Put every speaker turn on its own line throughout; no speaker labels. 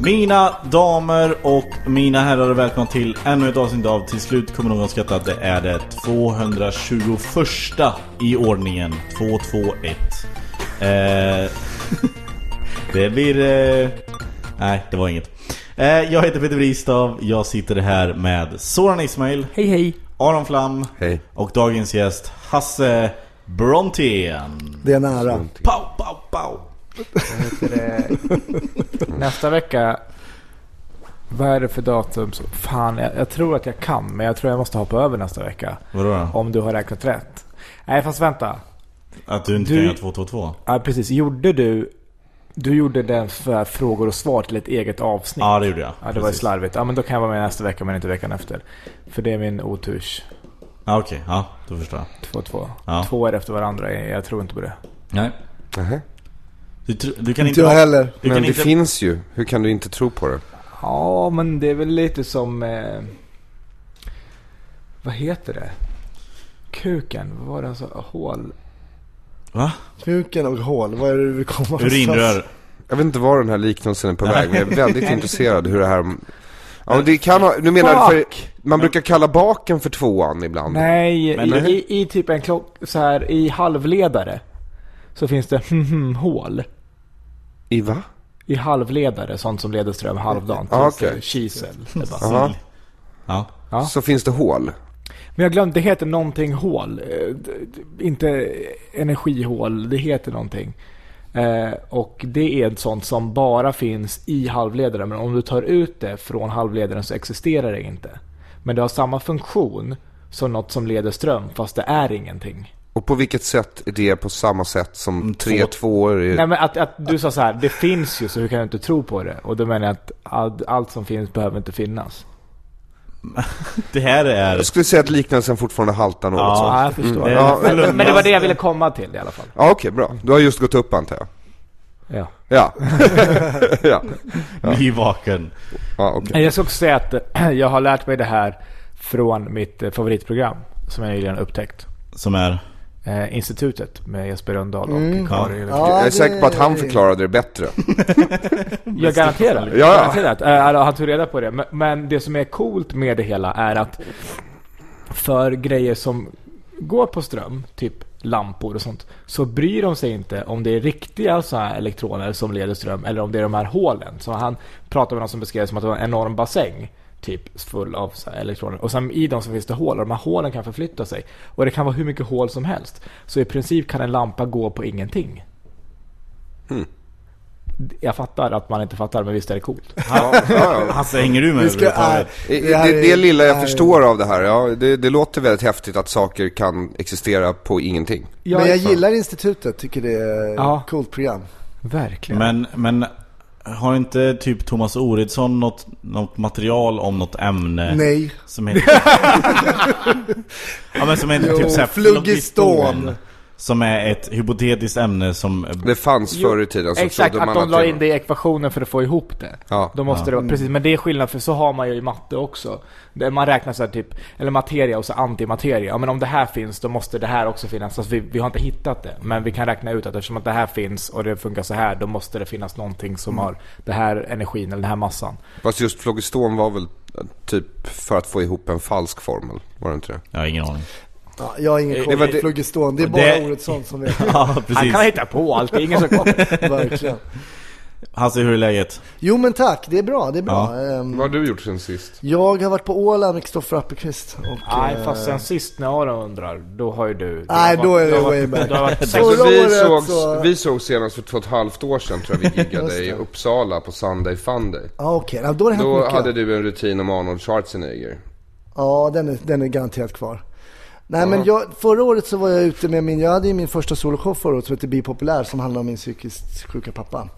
Mina damer och mina herrar och välkomna till ännu ett avsnitt av Till slut kommer någon skratta. Det är det 221 i ordningen. 221. Eh, det blir... Eh, nej, det var inget. Eh, jag heter Peter Bristav. Jag sitter här med Soran Ismail. Hej hej. Aron Flam.
Hej.
Och dagens gäst Hasse Brontén.
Det är nära.
Pow, pow, pow.
Nästa vecka. Vad är det för datum? som- Fan, jag, jag tror att jag kan. Men jag tror jag måste hoppa över nästa vecka.
Vadå då?
Om du har räknat rätt. Nej, fast vänta.
Att du inte
Du-
kan göra 222?
Ja, precis. Gjorde du... Du gjorde den för frågor och svar till ett eget avsnitt.
Ja, det gjorde jag.
Ja, det var ju
Precis.
slarvigt. Ja, men då kan jag vara med nästa vecka men inte veckan efter. För det är min oturs.
Ja, okej. Ja, då förstår jag.
2-2.
Ja.
Två är efter varandra. Jag jag tror inte på det.
Nej.
Nähä.
Du, tr- du kan
Inte
inte...
jag heller.
Du
Men
kan
det
inte...
finns ju. Hur kan du inte tro på det?
Ja, men det är väl lite som... Eh, vad heter det? Kuken? Vad var det han sa? Hål?
Va?
Kuken och hål, vad är det du vill komma
Urinrör.
Jag vet inte var den här liknelsen är på väg, men jag är väldigt intresserad hur det här... Ja, det kan ha... Du menar för... Man brukar kalla baken för tvåan ibland.
Nej,
Men
i,
det-
i, i typ en klock... Så här, i halvledare. Så finns det hål.
I va?
I halvledare, sånt som leder ström halvdant.
Ja,
Finns det
okej.
Kisel. Det bara-
Aha.
Ja.
Ja.
Så finns det hål.
Men jag glömde, det heter någonting hål. Eh, d- d- Inte energihål, det heter någonting. Eh, och det är ett sånt som bara finns i halvledaren. Men om du tar ut det från halvledaren så existerar det inte. Men det har samma funktion som något som leder ström fast det är ingenting.
Och på vilket sätt är det på samma sätt som tre
Mm, två-
tvåor är...
Nej men att, att du sa så här, det finns ju så hur kan du inte tro på det? Och då menar jag att all, allt som finns behöver inte finnas.
Det här är...
Jag skulle säga att liknelsen fortfarande haltar något.
Ja.
så.
Ja, jag förstår.
Det är-
Men, men det var det jag ville komma till i alla fall.
Ja, okej, bra. Du har just gått upp antar jag.
Ja.
Ja. ja.
Nyvaken.
Ja, okej.
Nej, Jag ska också säga att eh, jag har lärt mig det här från mitt eh, favoritprogram som jag nyligen upptäckt.
Som är...
Eh, institutet med Jesper Rönndahl och Kari.
Ja,
Jag är
det-
säker på att han förklarade det bättre.
Jag garanterar.
Ja, ja.
garanterat. Eh, alltså, Han tog reda på det. Men, men det som är coolt med det hela är att för grejer som går på ström, typ lampor och sånt, så bryr de sig inte om det är riktiga så här elektroner som leder ström eller om det är de här hålen. Så han pratade med någon som beskrev det som att det var en enorm bassäng typ full av så här elektroner. Och sen i dem så finns det hål och de här hålen kan förflytta sig. Och det kan vara hur mycket hål som helst. Så i princip kan en lampa gå på ingenting. Jag fattar att man inte fattar, men visst är det coolt.
Ja, ja, ja.
Hasse, hänger du med
Vi ska, äh,
överhuvudtaget?
Det,
här
det,
är-
det lilla jag
här är-
förstår av det här, ja, det, det låter väldigt häftigt att saker kan existera på ingenting.
Men jag gillar institutet, tycker det är
Ja.
ett coolt program.
Verkligen.
Men, men... Har inte typ Thomas Oredsson något, något material om något ämne?
Nej.
Som heter... ja men som heter
Jo,
typ såhär
Fluggiston.
Som är ett hypotetiskt ämne som...
Det fanns förr i tiden så
Exakt,
trodde
att
man
de la
det
in det i ekvationen för att få ihop det.
Ja.
Då måste
Mm.
det vara, precis, men det är skillnad för så har man ju i matte också. Där man räknar så här typ, eller materia och så antimateria. Ja men om det här finns då måste det här också finnas. Alltså, vi, vi har inte hittat det. Men vi kan räkna ut att eftersom att det här finns och det funkar så här då måste det finnas någonting som
Mm.
har den här energin eller den här massan.
Fast just flogiston var väl eh, typ för att få ihop en falsk formel, var det inte det?
Jag har ingen aning.
Ja, jag har ingen
Eh, Det var
koll på
det-
flogiston. Det är
och
bara
det-
ordet sånt som vet.
Ja,
Han
precis.
kan hitta på allt, det är ingen som
Verkligen.
Hasse, hur är läget?
Jo men tack, det är bra. Det är bra. Ehm,
Vad har du gjort sen sist?
Jag har varit på Åland med Kristoffer Appelqvist. och,
Nej,
eh,
fast sen sist när Aron undrar, då har ju du...
Nej, då är det
du har
way back.
varit- Du har varit
Förra
Alltså, vi,
året
sågs,
så-
vi såg senast för två och ett halvt år sedan tror jag vi
Just
giggade
det.
i Uppsala på Sunday Funday.
Ja okej, Ja, då har det hänt
Då
mycket.
hade du en rutin om Arnold Schwarzenegger.
Ja, den är, den är garanterat kvar. Nej men jag, förra året så var jag ute med min, jag hade ju min första soloshow förra året som heter Bi Populär som handlar om min psykiskt sjuka pappa.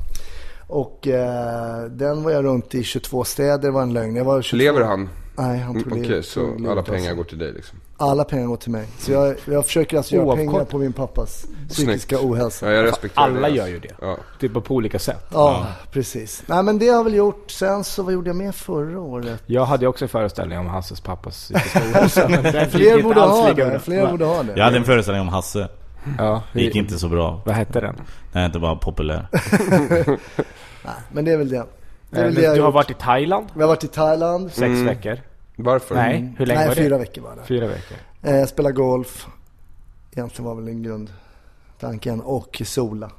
Och eh, den var jag runt i 22 städer, det var en lögn. Jag var 22,
Lever han?
Nej, han tog
Mm, Okej,
livet- tog
så
livet
alla
av sig.
pengar går till dig liksom.
alltså. Alla pengar går till mig. Så jag, jag försöker alltså göra
Oavkort.
pengar på min pappas psykiska ohälsa.
Ja, jag respekterar
Alla
det.
gör ju det.
Ja.
Typ på olika sätt.
Ja, precis. Nej men det har jag väl gjort. Sen så, vad gjorde jag mer förra året?
Jag hade ju också en föreställning om Hasses pappas psykiska ohälsa. men den gick
Fler
inte
borde
alls
ha
lika bra.
det. Fler borde ha det.
Jag hade en föreställning om Hasse.
Ja,
Det gick
vi-
inte så bra.
Vad hette den?
Den är inte bara populär.
Men det är väl det. Det är
Eh,
väl det jag
Du har
gjort.
varit i Thailand,
Vi har varit i Thailand.
Mm.
sex
Mm.
veckor.
Varför?
Nej, hur länge
Mm. Nej,
var det?
fyra veckor var det.
Fyra veckor.
Eh, spela golf. Egentligen var väl en grundtanken. Och sola.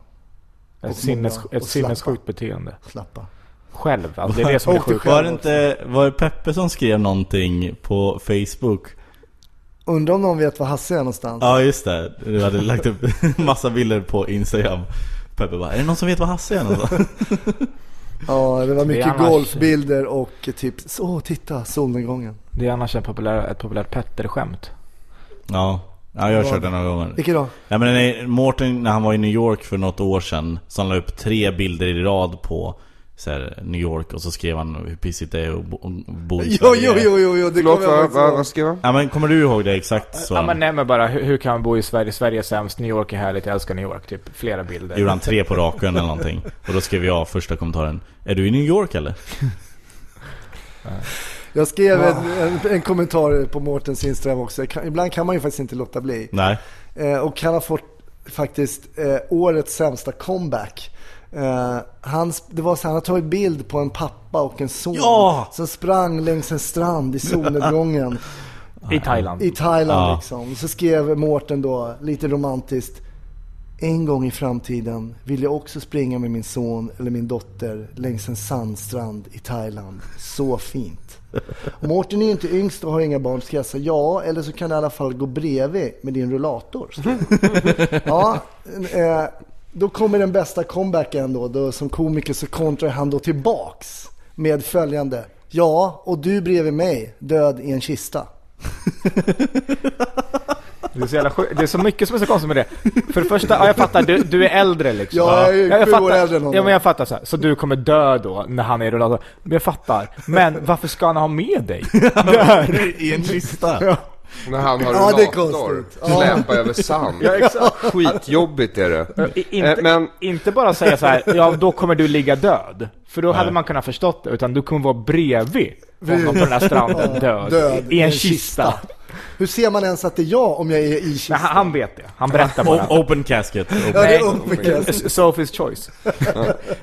Och
Ett, sinnes,
många-
ett
och slappa.
sinnessjukt beteende.
Slappa.
Själv, alltså, det är det som är
Åkte
sjukt.
Var det inte, var det Peppe som skrev någonting på Facebook?
Undrar om någon vet var Hasse är någonstans?
Ja just det, du hade lagt upp massa bilder på Instagram Peppe bara, är det någon som vet vad Hasse är Alltså. någonstans?
Ja, det var mycket
annars-
golfbilder och typ, åh titta solnedgången.
Det är annars en populär, ett populärt Petter-skämt.
Ja, ja jag har kört den några gånger
Vilket då?
Nej men nej, Morten när han var i New York för något år sedan Så han la upp tre bilder i rad på så här, New York och så skrev han hur pissigt det är att bo, bo i
Jo,
Sverige.
jo, jo, jo, jo det
Förlåt,
kommer jag
vad,
faktiskt
vad,
ihåg.
vad ska jag?
Ja men kommer du ihåg det exakt så?
Ja, men nej men bara, hur, hur kan man bo i Sverige? Sverige är sämst, New York är härligt, jag älskar New York. Typ flera bilder.
Gjorde han tre på raken eller någonting Och då skrev jag första kommentaren Är du i New York eller?
Jag skrev en, en, en kommentar på Mårtens Instagram också. Jag Kan, ibland kan man ju faktiskt inte låta bli.
Nej
Eh, och han har fått faktiskt eh, årets sämsta comeback. Eh, han, det var så, här, han har tagit bild på en pappa och en son
Ja!
som sprang längs en strand i solnedgången
I Thailand.
i Thailand.
Ja.
Liksom. Så skrev Mårten då, lite romantiskt. En gång i framtiden vill jag också springa med min son eller min dotter längs en sandstrand i Thailand. Så fint. Mårten är ju inte yngst och har inga barn. Ska jag säga ja, eller så kan du i alla fall gå bredvid med din rullator. skrev han. ja, eh, då kommer den bästa comebacken då, då. Som komiker så kontrar han då tillbaks med följande. Ja, och du bredvid mig, död i en kista.
Det är, så jävla sjukt. det är så mycket som är så konstigt med det. För det första, ja, jag fattar, du, du är äldre liksom.
Ja, jag är ju sju år
fattar,
äldre än honom.
Ja, men jag fattar så, här. så du kommer dö då när han är i rullator. Men Jag fattar. Men varför ska han ha med dig?
I en kista?
När han har
Ja, det är
rullator,
konstigt. Ja.
släpa över sand. Skitjobbigt är det.
I, inte,
Eh, men-
inte bara säga så här, ja då kommer du ligga död. För då hade man kunnat förstått det. Utan du kommer vara bredvid honom på den här stranden, död.
död
I en kista.
Hur ser man ens att det är jag om jag är i
Men
kistan?
han, han vet det. Han berättar bara.
O- open casket
Ja, det är
Nej.
uppmärksamhet.
Sophie's choice.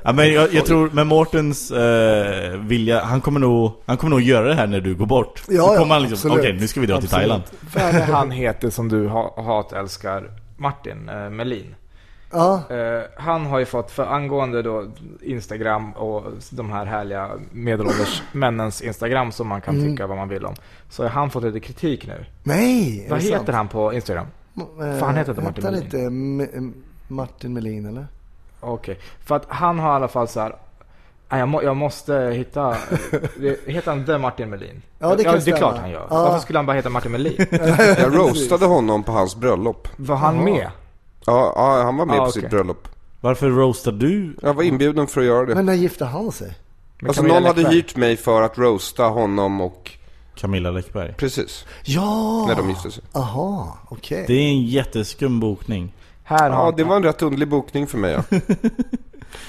Ja, men jag, jag tror med Mortens eh, vilja, han kommer, nog, han kommer nog göra det här när du går bort.
Ja,
Då
ja,
kommer han liksom, okej
absolut.
nu ska vi dra till
Absolut.
Thailand.
Vad är det han heter som du ha, hatälskar? Martin eh, Melin.
Ja,
Eh, han har ju fått, för angående då Instagram och de här härliga medelålders männens Instagram som man kan tycka vad man vill om. Så har han fått lite kritik nu.
nej! Mm. är
Vad
det
heter
sant?
han på Instagram?
Eh,
Fan, heter inte Martin
han
Melin?
inte M- Martin Melin eller?
Okej. För att han har i alla fall så här. "Nej, Jag, må, jag måste hitta... det- Heter han The Martin Melin?
Ja, det kan
ja, det är
stämma.
klart han gör.
Ja.
Varför skulle han bara heta Martin Melin?
Jag roastade honom på hans bröllop.
Var han med?
Ja, ja han var med
Ah,
på
okej.
sitt bröllop.
Varför roastar du?
Jag var inbjuden för att göra det.
Men när gifte han sig?
med
Alltså
Camilla
någon hade
Läckberg?
hyrt mig för att roasta honom och
Camilla Läckberg.
precis,
Ja! Ah,
när de gifte sig.
Aha, okej.
Det är en jätteskum bokning.
Här har
Ja, det var en rätt underlig bokning för mig. Ja.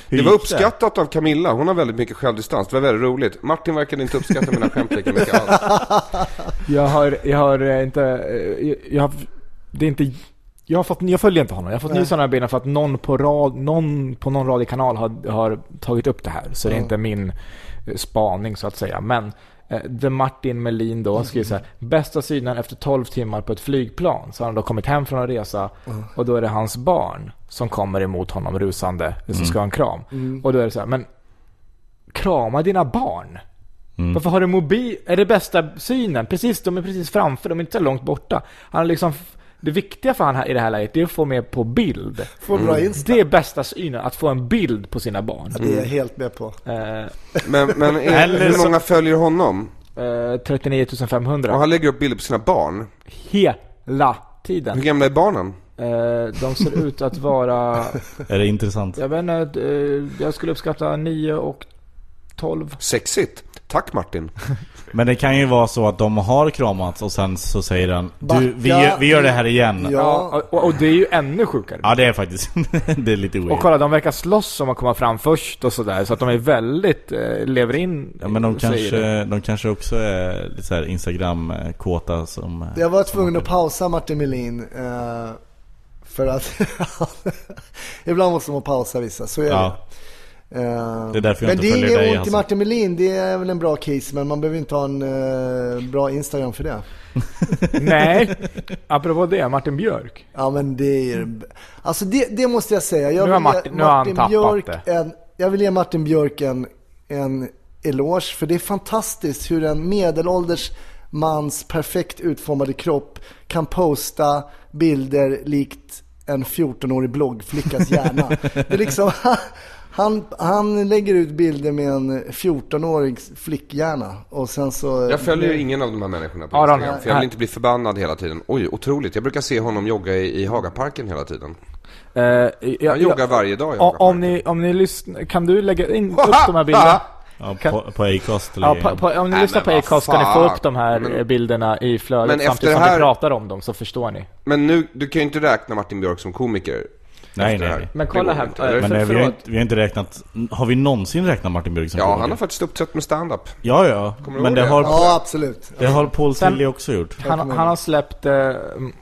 Hur
Det var
gick
uppskattat av Camilla. Hon har väldigt mycket självdistans. Det var väldigt roligt. Martin verkade inte uppskatta mina skämt lika mycket alls.
Jag har, jag har eh, inte, eh, jag, jag har, det är inte, jag har fått, jag följer inte honom. Jag har fått nys om den här bilden för att någon på, rad, någon på någon radiokanal har, har tagit upp det här. Så det är inte min eh, spaning så att säga. Men eh, The Martin Melin då skriver så här. Bästa synen efter 12 timmar på ett flygplan. Så har han då kommit hem från en resa och då är det hans barn som kommer emot honom rusande. Som ska ha en kram. Och då är det så här, men krama dina barn.
Mm.
Varför har du mobil? Är det bästa synen? Precis, de är precis framför, de är inte så långt borta. Han har liksom, det viktiga för han här i det här läget, det är att få med på bild.
Får bra insta.
Mm. Det är bästa synen, att få en bild på sina barn.
Det är jag helt med på.
Mm.
Eh,
Men, men är,
Eller
hur
så-
många följer honom?
eh, 39
Och
500.
han lägger upp bilder på sina barn.
Hela tiden.
Hur gamla är barnen?
Eh, de ser ut att vara,
Är det intressant?
jag vet inte, eh, jag skulle uppskatta 9 och 12.
Sexigt. Tack Martin.
Men det kan ju vara så att de har kramats och sen så säger den du, vi,
Backa.
gör- vi gör det här igen. Ja,
Ja,
och, och det är ju ännu sjukare.
det är faktiskt det är lite
Och
weird.
kolla, de verkar slåss om att komma fram först och sådär. Så att de är väldigt, eh, lever in
Ja, men de
eh, sig i det.
kanske, de kanske också är lite såhär Instagram-kåta som... eh,
jag var tvungen att pausa Martin Melin. eh, för att ibland måste man pausa vissa, så är det.
Ja,
Eh,
Det är därför jag
men
inte
det är
följer
inget
dig,
ont i
alltså.
Martin Melin, det är väl en bra case, men man behöver inte ha en eh, bra Instagram för det.
Nej, apropå det, Martin Björk.
Ja men det är Alltså det, det måste jag säga. Jag
Nu har
vill ge
Martin- nu har han tappat
Björk
det.
En, jag vill ge Martin Björk en, en eloge. För det är fantastiskt hur en medelålders mans perfekt utformade kropp kan posta bilder likt en 14-årig bloggflickas hjärna. Det är liksom, han, han lägger ut bilder med en 14-årig flickhjärna och sen så...
Jag följer ju ingen av de här människorna på
Aron,
Instagram. För jag
här.
vill inte bli förbannad hela tiden. Oj, otroligt. Jag brukar se honom jogga i, i Hagaparken hela tiden.
Eh,
Han
jag,
joggar varje dag i
om, om
Hagaparken.
ni, om ni lyssnar, kan du lägga in upp de här bilderna?
ja,
Kan-
på, på Acast eller
Ja, på, på, om ni
Nej,
lyssnar på
men vad
Acast kan ni få
fan.
upp de här
Men-
eh, bilderna i flödet
Men
samtidigt
efter
som
det
vi
här-
pratar om dem, så förstår ni.
Men nu, du kan ju inte räkna Martin Björk som komiker.
Nej,
efter
nej,
det
nej.
Men
Det
kolla
går
här,
inte,
eh,
eller?
Men eh, vi, har
Förlåt.
inte, vi har inte räknat... Har vi någonsin räknat Martin Björk som
Ja,
komiker?
han har faktiskt uppträtt med stand-up.
Ja, ja.
Kommer du
Men
ihåg
det
det?
har,
Ja absolut.
det har Paul
Sen-
Tilly också gjort.
Han, han har släppt, eh, mm,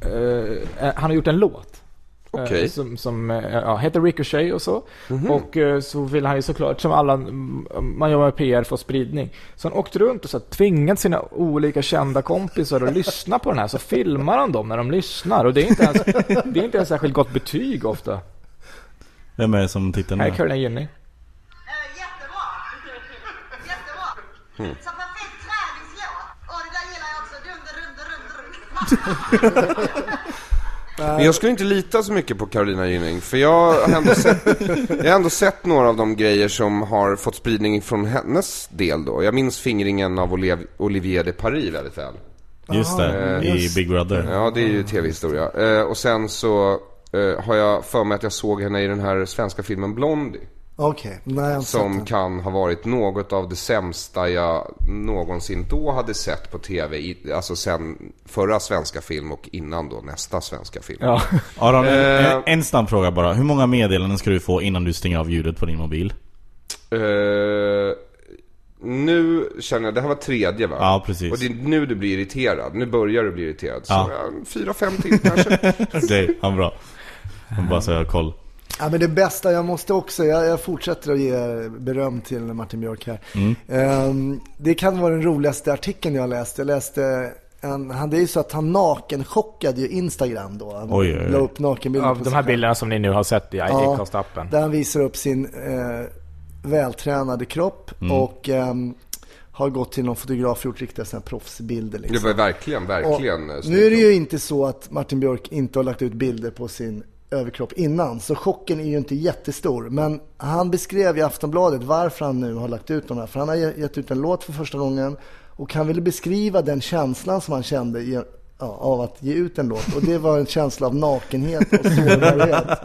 eh, han har gjort en låt. eh,
Okej.
Som, som eh, ja, heter Ricochet och så. Och eh, så vill han ju såklart, som alla, mm, man jobbar med PR, få spridning. Så han åkte runt och så här, tvingat sina olika kända kompisar att lyssna på den här. Så filmar han dem när de lyssnar. Och det är inte ens, det är inte ens särskilt gott betyg ofta.
Vem är det som tittar
Här är
nu?
Carolina Gynning.
Eh, Jättebra! Jättebra!
Hmm.
Så perfekt träningslåt! Och det där gillar jag också. Dunder, dunder, dunder, dunder.
Eh.
Men jag skulle inte lita så mycket på Carolina Gynning, för jag har, ändå sett, jag har ändå sett några av de grejer som har fått spridning från hennes del då. Jag minns fingringen av Olev- Olivier de Paris väldigt väl.
Just det, i Big Brother.
Ja, det är ju tv-historia. Eh, och sen så eh, har jag för mig att jag såg henne i den här svenska filmen Blondie.
Okej, nej jag har inte sett
Som
den.
kan ha varit något av det sämsta jag någonsin då hade sett på tv. I, alltså sen förra svenska film och innan då nästa svenska film.
Ja.
Aron, en,
Eh.
en- en snabb fråga bara. Hur många meddelanden ska du få innan du stänger av ljudet på din mobil?
Eh, nu känner jag, det här var tredje va?
Ja, precis.
Och det är nu du blir irriterad. Nu börjar du bli irriterad. Så
Ja.
ja, fyra, fem till kanske.
Det han bra. Han bara så jag har koll.
Ja, men det bästa, jag måste också, jag, jag fortsätter att ge beröm till Martin Björk här.
Mm.
Ehm, det kan vara den roligaste artikeln jag har läst. Jag läste en, han, det är ju så att han nakenchockade ju Instagram då. Han
Oj, oj, oj.
la upp nakenbilder
Av
på
de
sig
här
själv.
bilderna som ni nu har sett i
Ja,
Acast-appen.
Där han visar upp sin eh, vältränade kropp
Mm.
och ehm, har gått till någon fotograf och gjort riktiga såna här proffsbilder. Liksom.
Det var verkligen,
Och
verkligen eh,
nu är det
snyggt.
ju inte så att Martin Björk inte har lagt ut bilder på sin överkropp innan, så chocken är ju inte jättestor. Men han beskrev i Aftonbladet varför han nu har lagt ut de här. För han har ge- gett ut en låt för första gången och han ville beskriva den känslan som han kände i- ja, av att ge ut en låt. Och det var en känsla av nakenhet och sårbarhet.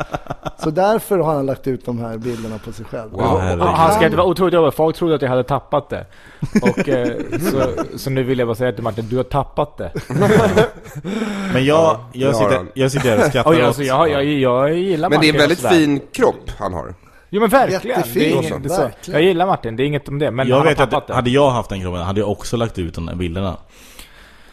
Så därför har han lagt ut de här bilderna på sig själv.
Wow.
Och- och- och Han
liksom.
skrev att det var otroligt jobbigt. Folk trodde att jag hade tappat det. Och, eh, så, så nu vill jag bara säga till Martin, du har tappat det.
Men jag, jag,
det har
sitter,
han.
jag sitter här och skrattar
Och jag,
åt-
alltså, jag, jag, jag gillar
Men det är
Martin.
en väldigt
och sådär.
fin kropp han har.
Jo men verkligen. Det är
Jättefin.
inget, det är så.
Verkligen.
Jag gillar Martin, det är inget om det. Men
Jag
han
vet
har tappat
att
det.
hade jag haft den kroppen hade jag också lagt ut de där bilderna.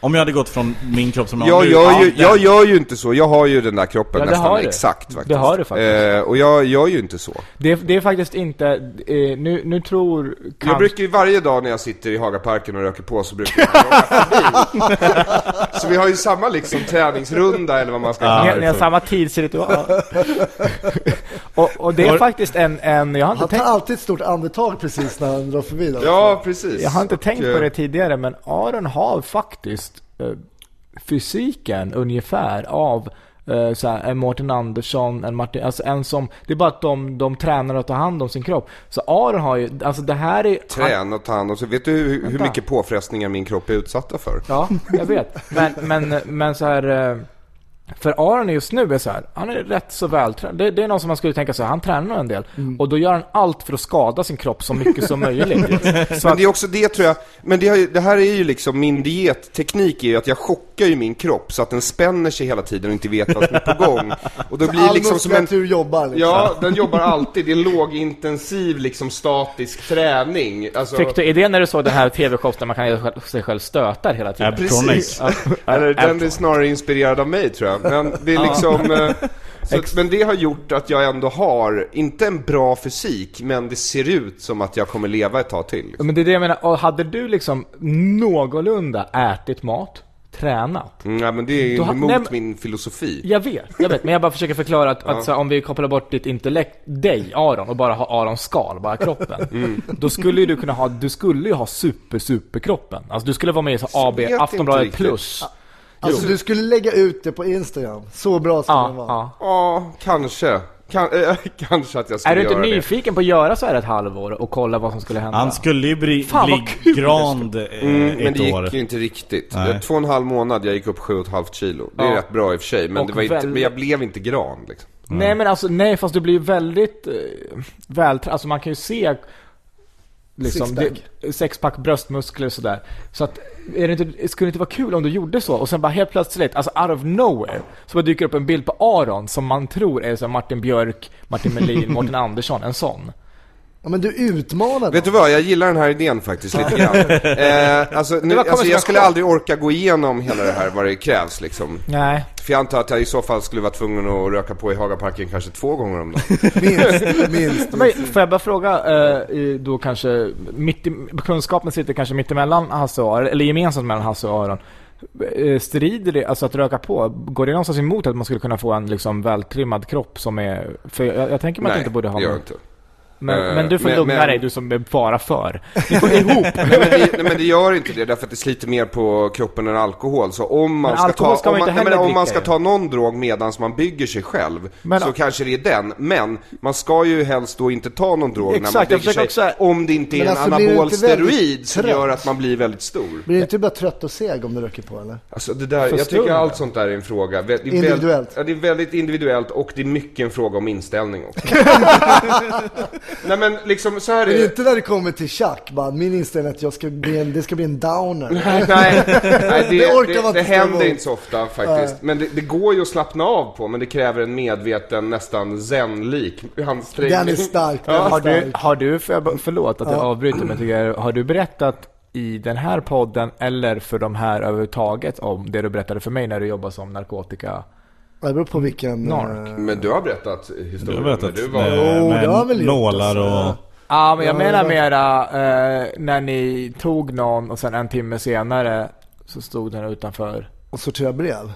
Om jag hade gått från min kropp som
Jag
nu-
gör, ju,
Ja,
jag gör ju inte så, jag har ju den där kroppen
Ja, det
nästan
har du.
exakt faktiskt.
Det har du faktiskt.
Eh, och jag gör ju inte så.
Det, är- det är faktiskt inte, eh, nu, nu tror
Jag
kanske...
brukar ju varje dag när jag sitter i Hagaparken och röker på så brukar jag åka förbi. Så vi har ju samma liksom träningsrunda eller vad man ska
Ni,
kalla
har- ni
det
har
för.
samma tidsritual. och, och det är faktiskt en, en jag har
Han
inte
tar
tänkt
alltid ett stort andetag precis när han drar förbi den.
Ja, precis.
Jag har inte
Och,
tänkt på
eh,
det tidigare, men Aron har faktiskt eh, fysiken ungefär av eh, så här, en Mårten Andersson, en Martin, alltså en som, det är bara att de, de tränar att ta hand om sin kropp. Så Aron har ju, alltså det här är... han-
Träna och ta hand om sig. Vet du hur, hur
Vänta.
mycket påfrestningar min kropp är utsatta för?
Ja, jag vet. Men, men, men så här... eh, För Aron just nu är så här, han är rätt så vältränad. Det, det är någon som man skulle tänka så här, han tränar nog en del. Och då gör han allt för att skada sin kropp så mycket som möjligt. Så
Men
att,
det är också det tror jag, men det, har ju, det här är ju liksom min dietteknik är ju att jag chockar ju min kropp så att den spänner sig hela tiden och inte vet vad som är på gång. Och då blir det
All
liksom som en...
muskulatur jobbar liksom.
Ja, den jobbar alltid. Det är lågintensiv liksom statisk träning. Alltså,
fick du idén när du såg den här TV-showen där man kan göra sig själv stötar hela tiden?
Precis.
precis.
Ja,
Eller, den är
Apple.
snarare inspirerad av mig tror jag. Men det är liksom... eh, Så, att- men det har gjort att jag ändå har, inte en bra fysik, men det ser ut som att jag kommer leva ett tag till. liksom.
Men det är det jag menar, och hade du liksom någorlunda ätit mat, tränat.
Mm, Nej men det är ju
Du har-
emot
nej, men-
min filosofi.
Jag vet, jag vet, men jag bara försöker förklara att, att så här, om vi kopplar bort ditt intellekt, dig Aron, och bara har Arons skal, bara kroppen.
Mm.
Då skulle ju du kunna ha, du skulle ju ha super, super kroppen. Alltså du skulle vara med i så här AB,
vet inte
Aftonbladet
riktigt.
plus.
Alltså du skulle lägga ut det på Instagram. Så bra skulle
Ja,
det vara.
ja.
Ja, kanske. Kan, eh, kanske att jag skulle
Är du inte
göra det.
nyfiken på att göra så här ett halvår och kolla vad som skulle hända?
Han skulle ju bli,
Fan, vad
bli
kul det
grand eh,
Mm, men
ett
det
år.
gick ju inte riktigt.
Nej.
Eh, Två och en halv månad, jag gick upp sju och ett halvt kilo. Det är
Ja.
rätt bra i och för sig, men,
Och
det var inte,
väldigt-
men jag blev inte gran liksom.
Nej men alltså, nej fast du blir ju väldigt eh, välträ- alltså man kan ju se liksom,
Sixpack.
det- sexpack, bröstmuskler och sådär. Så att, är det inte, skulle det inte vara kul om du gjorde så? Och sen bara helt plötsligt, alltså out of nowhere, så bara dyker upp en bild på Aron som man tror är så här Martin Björk, Martin Melin, Martin Andersson, en sån.
Ja, men du utmanar
Vet du vad, jag gillar den här idén faktiskt lite grann. Eh, alltså, nu,
var- kommer
alltså,
som en
jag skulle
chock.
aldrig orka gå igenom hela det här vad det krävs liksom.
Nej.
För jag antar att jag i så fall skulle vara tvungen att röka på i Hagaparken kanske två gånger om dagen.
Minst, minst.
Men, får jag bara fråga, eh, i- då kanske, mitt i, kunskapen sitter kanske mittemellan Hasse och Aron, eller gemensamt mellan Hasse och Aron. Eh, Strider det, alltså att röka på, går det någonstans emot att man skulle kunna få en liksom vältrimmad kropp som är, för jag, jag tänker mig att det inte borde ha
det gör jag
någon-
inte.
men,
Eh,
men du får
men-
lugna
men-
dig, du som är bara för. Vi får ihop.
Nej men, det, nej men det gör inte det, därför att det sliter mer på kroppen än alkohol. Så om man
Men
ska
alkohol
ta,
ska
om
man
man,
inte
nej, men
heller
om man ska
dricka
ta någon drog medan man bygger sig själv,
Men-
så kanske det är den. Men man ska ju helst då inte ta någon drog
Exakt,
när man
jag
bygger sig,
försöker också-
om det inte är
Men
en
alltså, blir du
anabol
inte väldigt
steroid som
trött?
gör att man blir väldigt stor.
Blir du inte bara trött och seg om du röker på eller?
Alltså det där, jag
Förstår
tycker
du?
allt sånt där är en fråga. Vä- det är väl-
Individuellt.
Ja, det är väldigt individuellt och det är mycket en fråga om inställning också. Nej men liksom så här är
Men
det.
inte när det kommer till tjack bara, min inställning är att jag ska bli en, det ska bli en downer.
Nej, nej det,
Det orkar
det,
man
det
inte stå
händer
emot.
inte så ofta faktiskt. Men det, det går ju att slappna av på, men det kräver en medveten, nästan zen-lik handsträngning.
Den är stark, den är
Har du,
stark.
har du för jag, bara- förlåt att jag avbryter men jag tycker, har du berättat i den här podden eller för de här överhuvudtaget om det du berättade för mig när du jobbade som narkotika?
Det beror på vilken...
Nark.
eh,
Men du har berättat
Du har
historien.
berättat.
Du
med-
var...
Jo,
med
det har jag väl gjort,
nålar och...
alltså.
Ja, men jag
Ja,
menar
det-
mera eh, när ni tog någon och sen en timme senare så stod den utanför.
Och sortera brev.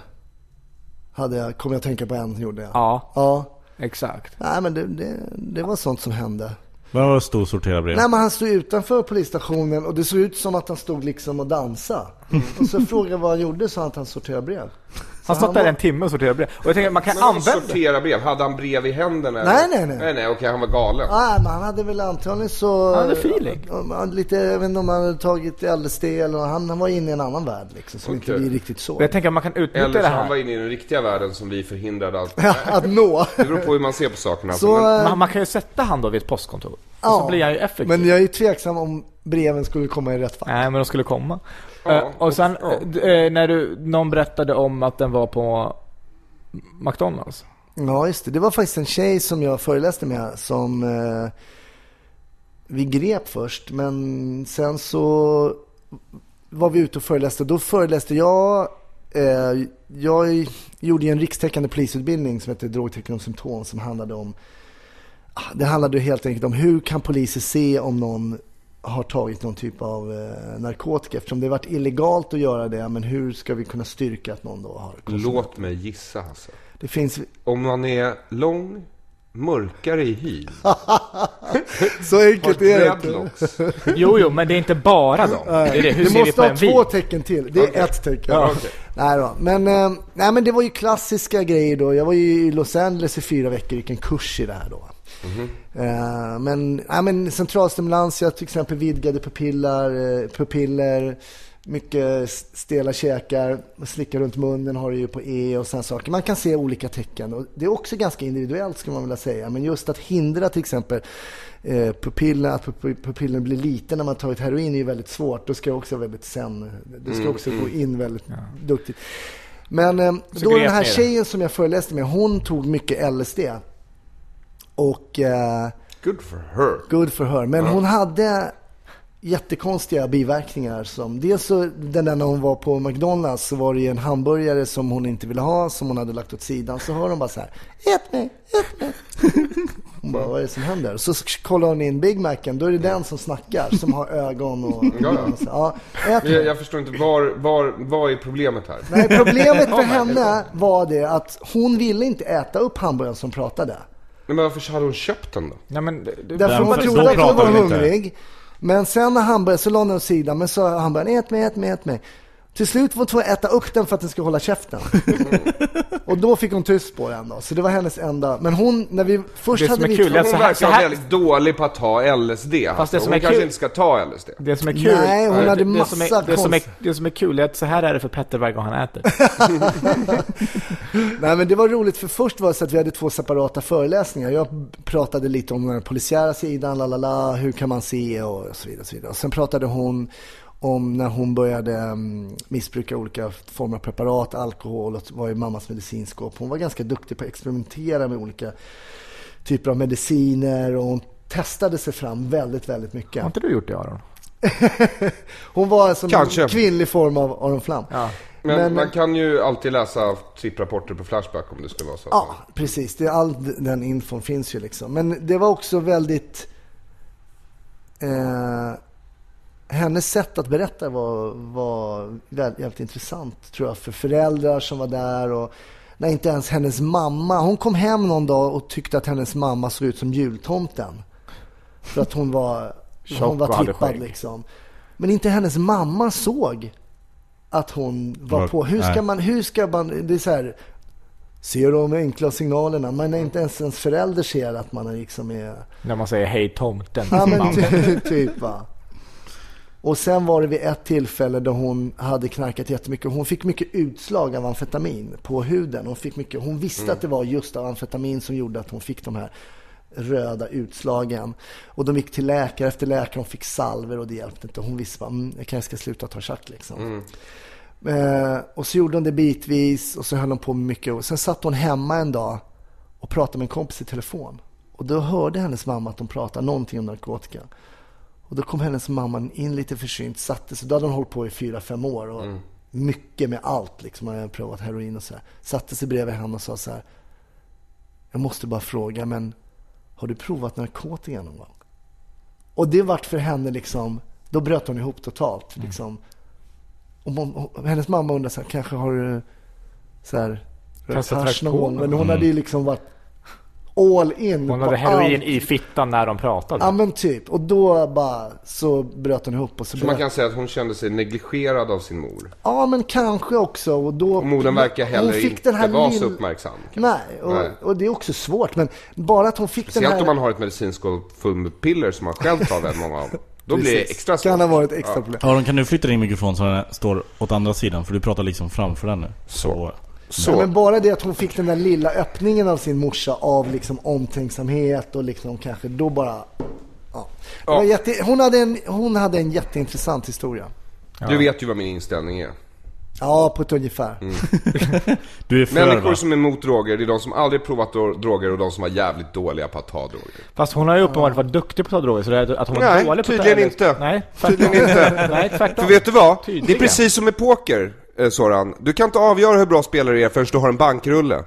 Hade jag, kom jag att tänka på en, gjorde jag.
Ja,
Ja.
exakt.
Nej men det, det, det var sånt som hände.
Men vad stor sorterad brev?
Nej men han stod utanför polisstationen och det såg ut som att han stod liksom och dansade. Och så frågade jag vad han gjorde, sa han att han sorterade brev.
Han satt
han
där
var-
en timme och sorterade brev. Och jag tänker, man kan
Men han
använda...
sortera brev, hade han brev i händerna?
Nej,
eller?
nej, nej.
Nej, nej, okej, han var galen.
Ah, men han hade väl antagligen så...
Han hade feeling.
Om- om- Lite, jag vet inte om han hade tagit LSD eller han, han var inne i en annan värld liksom, som inte
Okej.
vi riktigt såg.
Och jag tänker att man kan utnyttja
Eller
det
så han var
här.
inne i den riktiga världen som vi förhindrade allt.
Att nå.
Det beror på hur man ser på sakerna.
Så,
alltså, men,
Man, man kan ju sätta han då vid ett postkontor. Och
ja.
så blir han ju effektiv.
Men jag är ju tveksam om breven skulle komma i rätt fall.
Nej, men de skulle komma.
Ja,
Eh, och sen
ja.
eh, d- eh, när du, någon berättade om att den var på McDonalds.
Ja, just det. Det var faktiskt en tjej som jag föreläste med som eh, vi grep först. Men sen så var vi ute och föreläste. Då föreläste jag. Eh, jag gjorde ju en rikstäckande polisutbildning som hette Drogtecken och symptom som handlade om ah, det handlade ju helt enkelt om hur kan poliser se om någon har tagit någon typ av eh, narkotika eftersom det har varit illegalt att göra det men hur ska vi kunna styrka att någon då har konsumerat?
Låt mig gissa Hasse.
Det finns
Om man är lång, mörkare i hyn,
Så enkelt
har
är det inte.
dreadlocks.
Jo, jo, men det är inte bara dem. Det är det. Hur
Eh, Du
ser vi
måste
på
ha
en
två
vit?
tecken till. Det är
Okej.
ett tecken.
Ja, okej.
nej, då. Men, eh, nej men det var ju klassiska grejer då. Jag var ju i Los Angeles i fyra veckor gick en kurs i det här då.
Mhm.
Eh, men, nej, men centralstimulans, jag till exempel vidgade pupiller, eh, pupiller mycket s- stela käkar, slicka runt munnen har du ju på E och sådana saker. Man kan se olika tecken. Och det är också ganska individuellt skulle man vilja säga. Men just att hindra till exempel eh, pupillen, att pup- pupillen blir liten när man tagit heroin är ju väldigt svårt. Då ska jag också vara väldigt sen. Du ska också gå in väldigt duktigt. Men eh, då
grep
den här
ni det.
tjejen som jag föreläste med, hon tog mycket LSD. Och eh,
Good for her.
good for her. Men hon hade jättekonstiga biverkningar. Som, dels så, den där när hon var på McDonalds så var det ju en hamburgare som hon inte ville ha, som hon hade lagt åt sidan. Så hör hon bara så här, ät mig, ät mig. Hon bara, vad är det som händer? Så sk- kollar hon in Big Macen, då är det den som snackar, som har ögon och...
Ja, ja.
Så, ja, ät
Men jag,
mig.
jag förstår inte, var, var, vad är problemet här?
Nej, problemet för henne var det att hon ville inte äta upp hamburgaren som pratade.
Nej, men varför hade hon köpt den då?
Nej, men, det- det-
Därför
Den
hon
för-
trodde
då
att hon var
pratar hon inte.
hungrig. Men sen när hamburgaren, så la hon den åt sidan, men så hamburgaren ät mig, ät mig, ät mig. Till slut var hon tvungen att äta upp den för att den skulle hålla käften. och då fick hon tyst på den då, så det var hennes enda. Men hon, när vi först
Det som
hade
är
vi...
kul är
Hon
att så här-
verkar
så
vara
här-
väldigt dålig på att ta LSD. Fast
det som
alltså. hon
är
kanske
kul-
inte ska ta LSD.
Det som är kul,
Nej, hon hade
det, det, som
massa
är, det, som är,
konst-
det som är kul är att så här är det för Petter varje gång han äter.
Nej men det var roligt för först var det så att vi hade två separata föreläsningar. Jag pratade lite om den polisiära sidan, la la la, hur kan man se och så vidare. Och så vidare. Och sen pratade hon om när hon började mm, missbruka olika former av preparat, alkohol och var i mammas medicinskåp. Hon var ganska duktig på att experimentera med olika typer av mediciner och hon testade sig fram väldigt, väldigt mycket.
Har inte du gjort det Aron?
Hon var som
Kanske.
en kvinnlig form av Aron Flam.
Men,
Men-
man kan ju alltid läsa tripprapporter på Flashback om det skulle vara så.
Ja, precis. Det, all den infon finns ju liksom. Men det var också väldigt... Eh, hennes sätt att berätta var, var väl- jävligt intressant tror jag för föräldrar som var där och nej, inte ens hennes mamma. Hon kom hem någon dag och tyckte att hennes mamma såg ut som jultomten. För att hon var,
Tjock
hon
och
var
hade
trippad
skägg.
liksom. Men inte hennes mamma såg att hon var
Var-
på. Hur ska
nej.
man, hur ska man, det är så här, ser de enkla signalerna. Men när inte ens ens förälder ser att man liksom är...
När man säger hej tomten.
Ja men
mamma.
ty, typ va. Och sen var det vid ett tillfälle då hon hade knarkat jättemycket. Hon fick mycket utslag av amfetamin på huden. Hon, fick mycket, hon visste att det var just av amfetamin som gjorde att hon fick de här röda utslagen. Och de gick till läkare efter läkare. Hon fick salver och det hjälpte inte. Hon visste bara, mm, jag kanske ska sluta ta chack liksom. Eh, och så gjorde hon det bitvis och så höll hon på med mycket. Och sen satt hon hemma en dag och pratade med en kompis i telefon. Och då hörde hennes mamma att de pratade någonting om narkotika. Och då kom hennes mamma in lite försynt, satte sig. Då hade hon hållit på i fyra, fem år. Och Mycket med allt liksom. Hon hade provat heroin och så här. Satte sig bredvid henne och sa så här. Jag måste bara fråga, men har du provat narkotika någon gång? Och det vart för henne liksom, då bröt hon ihop totalt. Liksom. Och hon, och hennes mamma undrade så här, kanske har du så här, rökt
Testat
hasch någon
traktorn?
gång? Men hon hade ju liksom varit all in.
Hon
på
hade heroin
allt.
i fittan när de pratade.
Ja men typ. Och då bara så bröt hon ihop och så,
Så man
berätt-
kan säga att hon kände sig negligerad av sin mor.
Ja men kanske också. Och då...
Och modern verkar
Hon
heller
fick
inte
den här
vara så
lill-
uppmärksam. kanske.
Nej och,
Nej.
och det är också svårt. Men bara att hon fick den
Speciellt
här...
om man har ett medicinskål full med piller som man själv tar väldigt många av. Då blir det
Precis.
extra svårt.
Kan ha varit extra problem.
Aron kan du flytta din mikrofon så den står åt andra sidan? För du pratar liksom framför den nu.
Så.
Ja,
Så.
men bara det att hon fick den där lilla öppningen av sin morsa av liksom omtänksamhet och liksom kanske då bara... Ja. Det var
Ja.
jätte, hon, hade en, hon hade en jätteintressant historia.
Du vet ju vad min inställning är.
Ja, på ett ungefär.
Mm.
Du är för
Människor
va?
som är emot droger, det är de som aldrig provat dro- droger och de som var jävligt dåliga på att ta droger.
Fast hon har ju uppenbarligen varit duktig på att ta droger, så det är att hon var
Nej,
dålig på att ta
tydligen
eller-
inte.
Nej,
Tydligen
tvärtom.
inte.
Nej, tvärtom.
För vet du vad? Det är
Tydligen.
precis som med poker, eh, Soran. Du kan inte avgöra hur bra spelare du är förrän du har en bankrulle.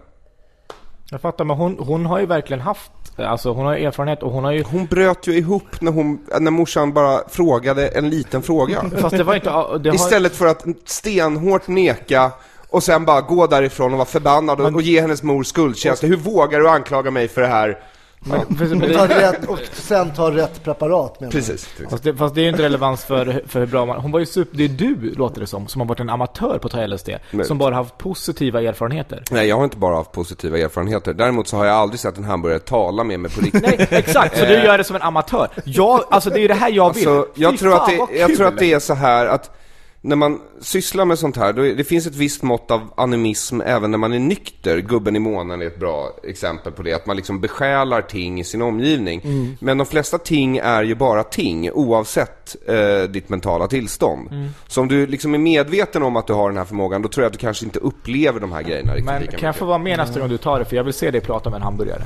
Jag fattar, men hon, hon har ju verkligen haft, alltså hon har ju erfarenhet och hon har ju...
Hon bröt ju ihop när, hon, när morsan bara frågade en liten fråga.
Fast det var inte... Det har,
Istället för att stenhårt neka och sen bara gå därifrån och vara förbannad och, och ge hennes mor skuldkänsla. Hur vågar du anklaga mig för det här?
men, precis, men
Och, ta
det,
rätt, och sen ta rätt preparat menar jag.
Precis.
fast, det, fast det är ju inte relevans för, för hur bra man... Hon var ju super... Det är du, låter det som, som har varit en amatör på att ta LSD.
Nej.
Som bara haft positiva erfarenheter.
Nej, jag har inte bara haft positiva erfarenheter. Däremot så har jag aldrig sett en hamburgare tala med mig på riktigt.
Nej, exakt. Så du gör det som en amatör. Jag, alltså det är ju det här jag vill.
Alltså, jag,
Fy
tror att
fan, vad
det, jag
kul.
tror att det är så här att när man sysslar med sånt här, då är, det finns ett visst mått av animism även när man är nykter. Gubben i månen är ett bra exempel på det, att man liksom besjälar ting i sin omgivning.
Mm.
Men de flesta ting är ju bara ting, oavsett eh, ditt mentala tillstånd.
Mm.
Så om du liksom är medveten om att du har den här förmågan, då tror jag att du kanske inte upplever de här grejerna riktigt
Men
lika
kan jag
mycket.
få vara med nästa gång du tar det? För jag vill se dig prata om en hamburgare.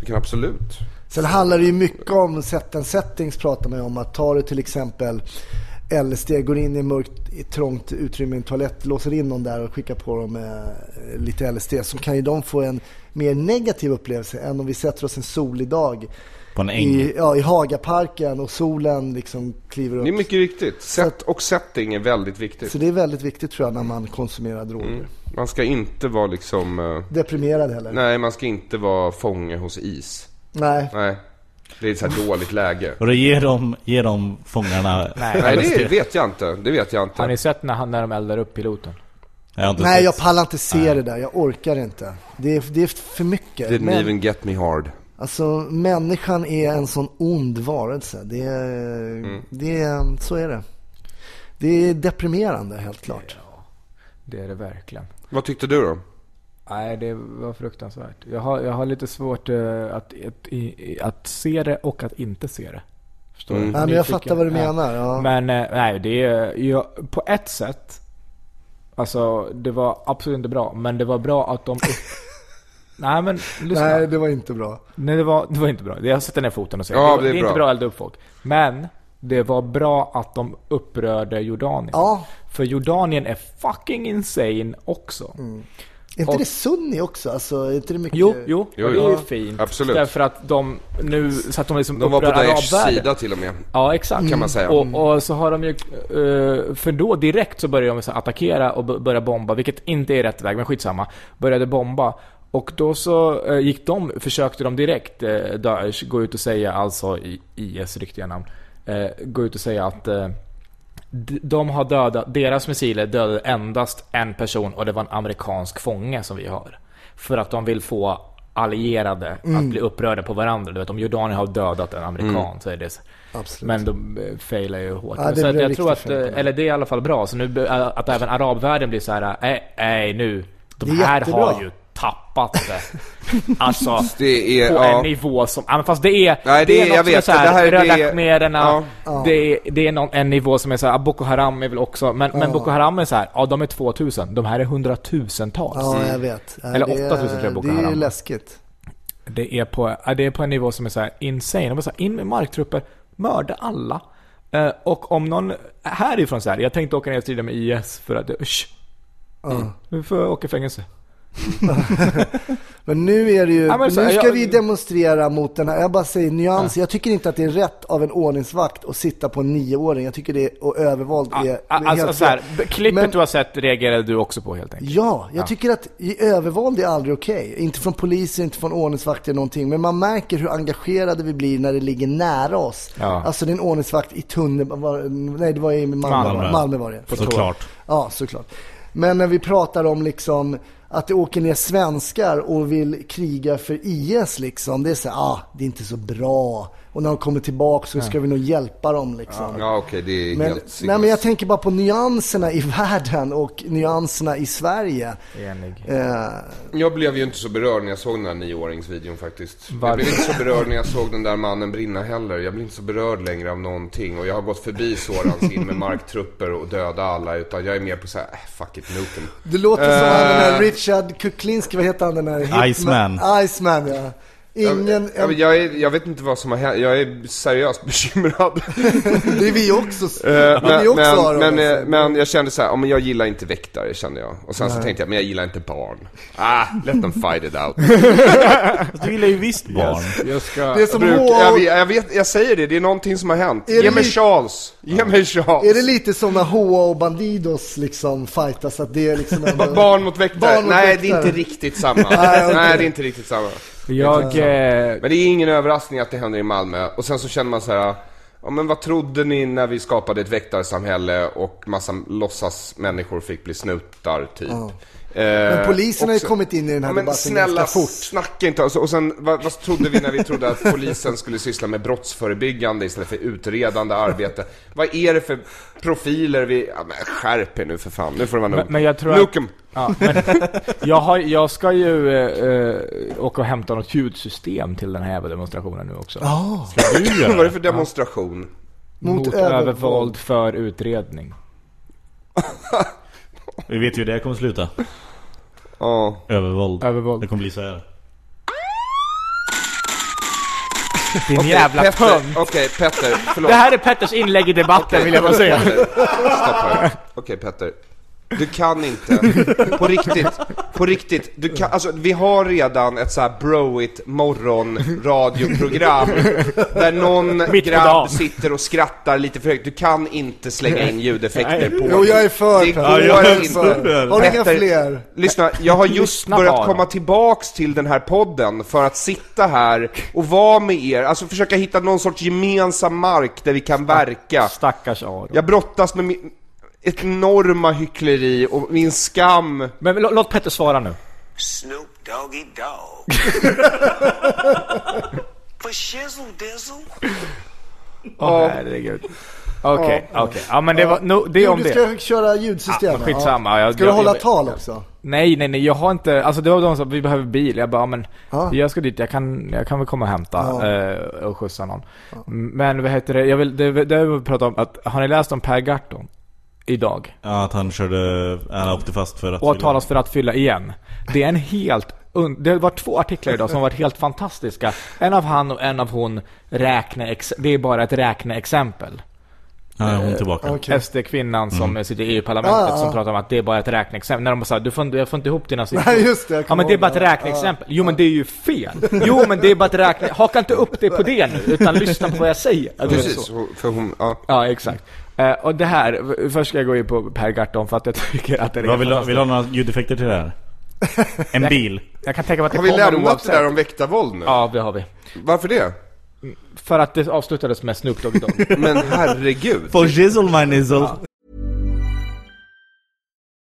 Du kan absolut.
Sen handlar det ju mycket om sätten settings pratar man ju om. Att tar du till exempel LSD, går in i ett mörkt, i ett trångt utrymme i en toalett, låser in någon där och skickar på dem eh, lite LSD. Så kan ju de få en mer negativ upplevelse än om vi sätter oss en solig dag
På en äng.
i, ja, i Hagaparken och solen liksom kliver upp.
Det är mycket riktigt. Sätt och setting är väldigt viktigt.
Så det är väldigt viktigt tror jag när man konsumerar droger.
Man ska inte vara liksom... eh,
Deprimerad heller?
Mm. Nej, man ska inte vara fånge hos is.
Nej.
Nej, det är ett så här dåligt läge.
Och då ger de, ger de fångarna...
Nej.
Nej, det vet jag inte. Det vet jag inte.
Har ni sett när, han, när de eldar upp piloten?
Jag har inte
Nej,
sett.
jag pallar inte se det där. Jag orkar inte. Det är, det är för mycket.
Didn't
Men-
even get me hard.
Alltså människan är en sån ond varelse. Det är,
Mm.
det är, så är det. Det är deprimerande helt klart.
Det är det verkligen.
Vad tyckte du då?
Nej, det var fruktansvärt. Jag har, jag har lite svårt eh, att, att, i- i- att se det och att inte se det. Förstår
Mm.
du?
Nej, men jag
Nyfiken.
fattar vad du
Ja.
menar. Ja.
Men eh, nej, det är jag, på ett sätt. Alltså, det var absolut inte bra. Men det var bra att de... Upp... nej, men lyssna.
Nej,
Nej,
det var inte bra.
det, var, det var inte bra. Jag sätter ner foten och säger
Ja,
det, var-
det är
det är inte
bra.
bra att elda upp folk. Men det var bra att de upprörde Jordanien.
Ja.
För Jordanien är fucking insane också.
Mm.
Är inte
Och-
det sunni också? Alltså, är inte det mycket...
Jo, jo,
Eh, Jo,
det
jo.
är ju
Ja.
fint.
Absolut.
Därför att de nu, så att de liksom
De var på
upprör
Daeshs
arabvärlden.
sida till och med.
Ja, exakt.
Kan man säga.
Och, och så har de ju, eh, för då direkt så börjar de så här attackera och b- börja bomba, vilket inte är rätt väg, men skitsamma. Började bomba. Och då så eh, gick de, försökte de direkt, eh, Daesh, gå ut och säga, alltså i- IS riktiga namn, eh, gå ut och säga att eh, d- de har dödat, deras missiler dödade endast en person och det var en amerikansk fånge som vi har. För att de vill få allierade att
Mm.
bli upprörda på varandra. Du vet, om Jordanien har dödat en amerikan så är det så.
Absolut.
Men de eh, failar ju hårt.
Ja, det
så att
blir
jag tror
riktigt
att, eh,
fel på det.
eller det är i alla fall bra. Så nu, be- eh, att även arabvärlden blir så här, nej, nej nu. De
Det är
här
jättebra.
har ju tappat det. Alltså,
Det är,
på
ja.
en nivå som, ja, men fast det är,
Nej, det
det
är-
är något
jag
som
vet,
är så
det här är-
här,
det är-
röda khmererna,
ja.
det är, det är någon, en nivå som är så här, ah, Boko Haram är väl också, men, men Boko Haram är så här, ja de är 2000, de här är hundratusentals.
Ja, jag vet. Ja,
Mm. Eller
det är-
8000 tror jag Boko
Det är ju
Haram.
läskigt.
Det är på, ja, det är på en nivå som är så här insane. De bara så här, in med marktrupper, mörda alla. Eh, och om någon härifrån så här, jag tänkte åka ner och strida med IS för att, usch,
Ja.
nu får jag åka i fängelse.
Men nu är det ju,
Ja, men så-
nu ska
jag-
vi demonstrera mot den här, jag bara säger nyanser. Jag tycker inte att det är rätt av en ordningsvakt att sitta på en nioåring. Jag tycker det, är- och övervåld är,
Ja,
är
alltså,
helt
så här,
fel.
b- klippet
Men-
du har sett reagerade du också på helt enkelt.
Ja, jag tycker att i övervåld är aldrig okej. Inte från poliser, inte från ordningsvakter någonting. Men man märker hur engagerade vi blir när det ligger nära oss.
Ja.
Alltså det är en ordningsvakt i tunnelbanan, nej det var i Malmö, Malmö. Var,
Malmö.
det. Malmö var det.
Såklart.
Ja, såklart. Men när vi pratar om liksom att det åker ner svenskar och vill kriga för IS liksom. Det är så här, ah, det är inte så bra. Och när de kommer tillbaka så ska vi nog hjälpa dem liksom.
Ja okej, det är
Men,
helt
nej, men jag
sinnes.
tänker bara på nyanserna i världen och nyanserna i Sverige.
Enig.
Eh,
Jag blev ju inte så berörd när jag såg den här nioåringsvideon faktiskt.
Varför?
Jag blev inte så berörd när jag såg den där mannen brinna heller. Jag blir inte så berörd längre av någonting. Och jag har gått förbi Sorans in med marktrupper och döda alla. Utan jag är mer på såhär, äh, fuck it, nuke 'em.
det låter som han den där
Eh.
Richard Kuklinski, vad heter han den där? hitman-
Iceman.
Iceman ja. Ingen,
jag, jag, är, jag vet inte vad som har hänt. Jag är seriöst bekymrad.
det är vi också.
Eh,
vi
men,
också har dem,
men, men,
alltså.
eh, men jag kände så här, ja, men jag gillar inte väktare kände jag. Och sen så tänkte jag, men jag gillar inte barn. Ah, let them fight it out.
Du gillar ju visst barn.
Jag ska...
Det är som
Bruk,
H-
jag, vet, jag, vet, jag säger det, det är någonting som har hänt.
Är
Ge
det
mig
li-
Charles! Ge mig Charles!
Är det lite som när HA och Bandidos liksom fightas? Att det är liksom ändå-
Ba- barn mot väktare?
Barn mot
Nej, det är
väktare.
inte riktigt samma.
Nej, okej.
Nej, det är inte riktigt samma.
Jag... Eh,
Men det är ingen överraskning att det händer i Malmö. Och sen så känner man så här, ja men vad trodde ni när vi skapade ett väktarsamhälle och massa låtsas människor fick bli snutar typ?
Men polisen har
eh,
ju
också-
kommit in i den här
Ja, men
debatten
snälla,
ganska fort.
snacka inte. Alltså, och sen, vad, vad trodde vi när vi trodde att polisen skulle syssla med brottsförebyggande istället för utredande arbete? Vad är det för profiler vi... Ja, men skärp er nu för fan, nu får det vara nog.
Men- men jag tror
Nuke
att-
'em.
Ja, men jag, har, jag ska ju eh, eh, åka och hämta något ljudsystem till den här jävla demonstrationen nu också.
Ah.
Du
Vad var det
gör.
för demonstration?
Mot
Mot,
övervåld.
övervåld för utredning.
Vi vet ju hur det kommer sluta.
Ja.
Övervåld.
Övervåld.
Det kommer bli så här.
Din jävla
Petter,
pung!
Okej, Petter, förlåt.
Det här är Petters inlägg i debatten vill jag bara säga.
Petter, Stopp här. Okej Petter. Du kan inte, på riktigt, på riktigt. Du kan, alltså, vi har redan ett så här broigt morgonradioprogram där någon
Mitt på dagen.
grabb sitter och skrattar lite för högt. Du kan inte slänga in ljudeffekter på.
Jo, jag är för
Det
Per.
går
jag är
inte.
för Per.
Har du inga
Petter,
fler?
Lyssna, jag har just
Lyssna
börjat
bara.
komma tillbaks till den här podden för att sitta här och vara med er, alltså försöka hitta någon sorts gemensam mark där vi kan verka.
Stackars Aron.
Jag brottas med min ett enorma hyckleri och min skam.
Men lå- låt Petter svara nu.
Snoop Doggy Dogg. For shizzle dizzle.
Åh herregud. Okej, okej. Ja men det var, no, det är
Jo,
om
du
det.
ska köra ljudsystem.
Ja, men skitsamma.
Ja.
Jag-
Ska du
jag-
hålla
jag-
tal också?
Nej, nej, nej, jag har inte, alltså det var de som vi behöver bil. Jag bara, ja, men
Ja.
jag ska dit, jag kan, jag kan väl komma och hämta eh, och skjutsa någon. Men vad heter det, jag vill, det, det vill vi prata om, att, har ni läst om Per Gahrton? Idag.
Ja, att han körde... Han åkte fast för att...
Åtalas för att fylla igen. Det är en helt un- det var två artiklar idag som har varit helt fantastiska. En av han och en av hon räkna det är bara ett räkneexempel.
Nej, hon är tillbaka.
Okej.
SD-kvinnan som sitter i EU-parlamentet
Ja, ja, ja.
som pratar om att det är bara ett räkneexempel. När de bara sa, du får, inte- jag får inte ihop dina siffror.
Nej, just det, jag
ja
kommer
men det är
ihåg
bara ett
det. Ja,
räkneexempel. Jo men det är ju fel. Jo men det är bara ett räkne... Haka inte upp dig på det nu, utan lyssna på vad jag säger. Eller så.
Precis, och- för hon, ja.
Ja, exakt. Eh, och det här, v- först ska jag gå in på Per Gahrton för att jag tycker att det är
Vad vill du ha-
fantastiskt.
vill du ha några ljudeffekter till det här? En bil.
Jag kan tänka mig att det
Har vi
kommer
lämnat det
oavsett.
där om väktarvåld nu?
Ja, det har vi.
Varför det?
För att det avslutades med Snoop Dogg Dogg.
Men herregud.
For jizzle my nizzle.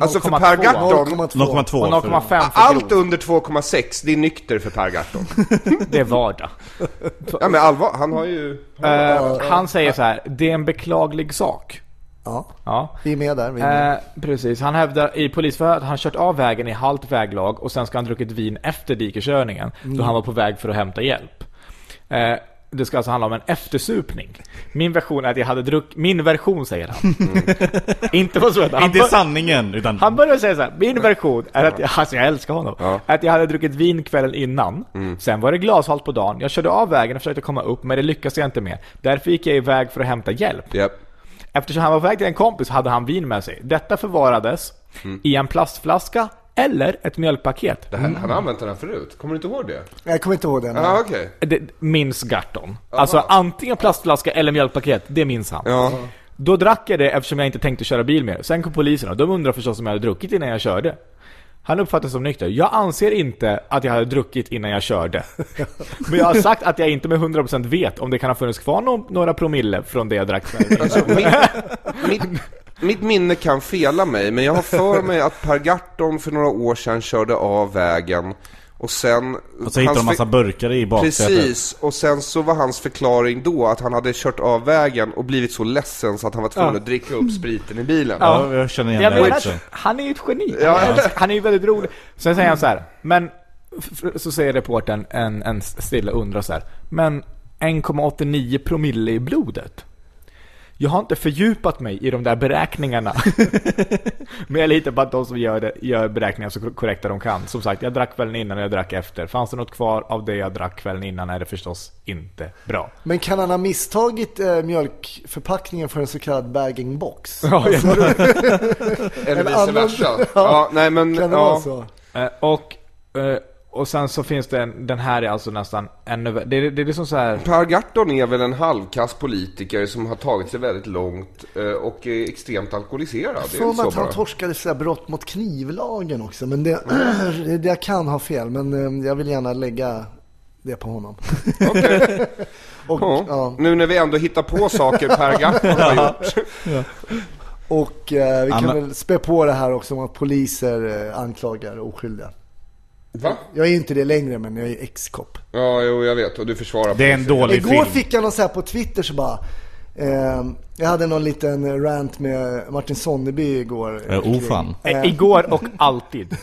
Alltså för Per
0,2.
Gahrton,
0,2.
0,2?
Och
för-
0,5 för
allt
allt
under 2,6 det är nykter för Per Gahrton.
Det är vardag.
Ja men allvar, han har ju...
Eh, han säger så här, det är en beklaglig sak.
Ja,
Ja.
vi är med där. Vi är med.
Eh, precis, han hävdar i polisförhör att han kört av vägen i halt väglag och sen ska han druckit vin efter dikeskörningen
Mm.
då han var på väg för att hämta hjälp. Eh, det ska alltså handla om en eftersupning. Min version är att jag hade druckit, min version säger han. Inte vad som han,
Inte
bör,
sanningen, utan...
han börjar säga så här, min version är att, jag, alltså jag älskar honom,
Ja.
att jag hade druckit vin kvällen innan. Sen var det glashalt på dagen, jag körde av vägen och försökte komma upp men det lyckades jag inte med. Därför gick jag iväg för att hämta hjälp.
Japp.
Eftersom han var på väg till en kompis hade han vin med sig. Detta förvarades i en plastflaska eller ett mjölkpaket.
Det här, Han har använt den här förut, kommer du inte ihåg det?
Eh.
Jag kommer inte ihåg den.
Ja ah, okej.
Det minns Garton. Alltså antingen plastflaska eller mjölkpaket, det minns han.
Ja.
Då drack jag det eftersom jag inte tänkte köra bil mer. Sen kom polisen och de undrade förstås om jag hade druckit innan jag körde. Han uppfattas som nykter. Jag anser inte att jag hade druckit innan jag körde. Men jag har sagt att jag inte med 100% vet om det kan ha funnits kvar no- några promille från det jag drack.
Alltså, mitt, mitt, mitt minne kan fela mig, men jag har för mig att Per Gahrton för några år sedan körde av vägen och sen...
Och så hittar de
hans
massa
fe-
burkar i baksätet.
Precis, och sen så var hans förklaring då att han hade kört av vägen och blivit så ledsen så att han var tvungen
Ja.
att dricka upp spriten i bilen.
Ja, jag känner igen
Jag
det
menar,
också.
att han är ju ett geni.
Ja.
Han, är, han är ju väldigt rolig. Sen säger han så här, men... f- f- Så säger reportern en, en stilla undran så här. Men 1,89 promille i blodet? Jag har inte fördjupat mig i de där beräkningarna. men jag litar på att de som gör, det, gör beräkningar så kor- korrekta de kan. Som sagt, jag drack kvällen innan och jag drack efter. Fanns det något kvar av det jag drack kvällen innan är det förstås inte bra.
Men kan han ha misstagit eh, mjölkförpackningen för en så kallad bagging box?
Eller
en
vice
annan-
versa. Ja.
Ja.
nej men...
Kan det
ja.
vara så?
Eh, och, eh, och sen så finns det en, den här är alltså nästan ännu vä- det, är- det är liksom så här.
Per Gahrton är väl en halvkass politiker som har tagit sig väldigt långt eh, och är extremt alkoholiserad. Det är
För
väl
mig
så
att han
bara.
torskade för brott mot knivlagen också. Men det, det jag kan ha fel, men eh, jag vill gärna lägga det på honom. och,
Ja.
ja,
Nu när vi ändå hittar på saker Per Gahrton har gjort.
och eh, vi kan
Anna-
väl spä på det här också om att poliser eh, anklagar oskyldiga.
Va?
Jag är inte det längre, men jag är ex-kopp.
Ja, jo, jag vet. Och du försvarar
Det är en
polisen.
dålig
Igår
film.
fick jag någon så här på Twitter så bara ehm, jag hade någon liten rant med Martin Sonneby igår.
Eh, oh, fan.
Eh, Igår och alltid.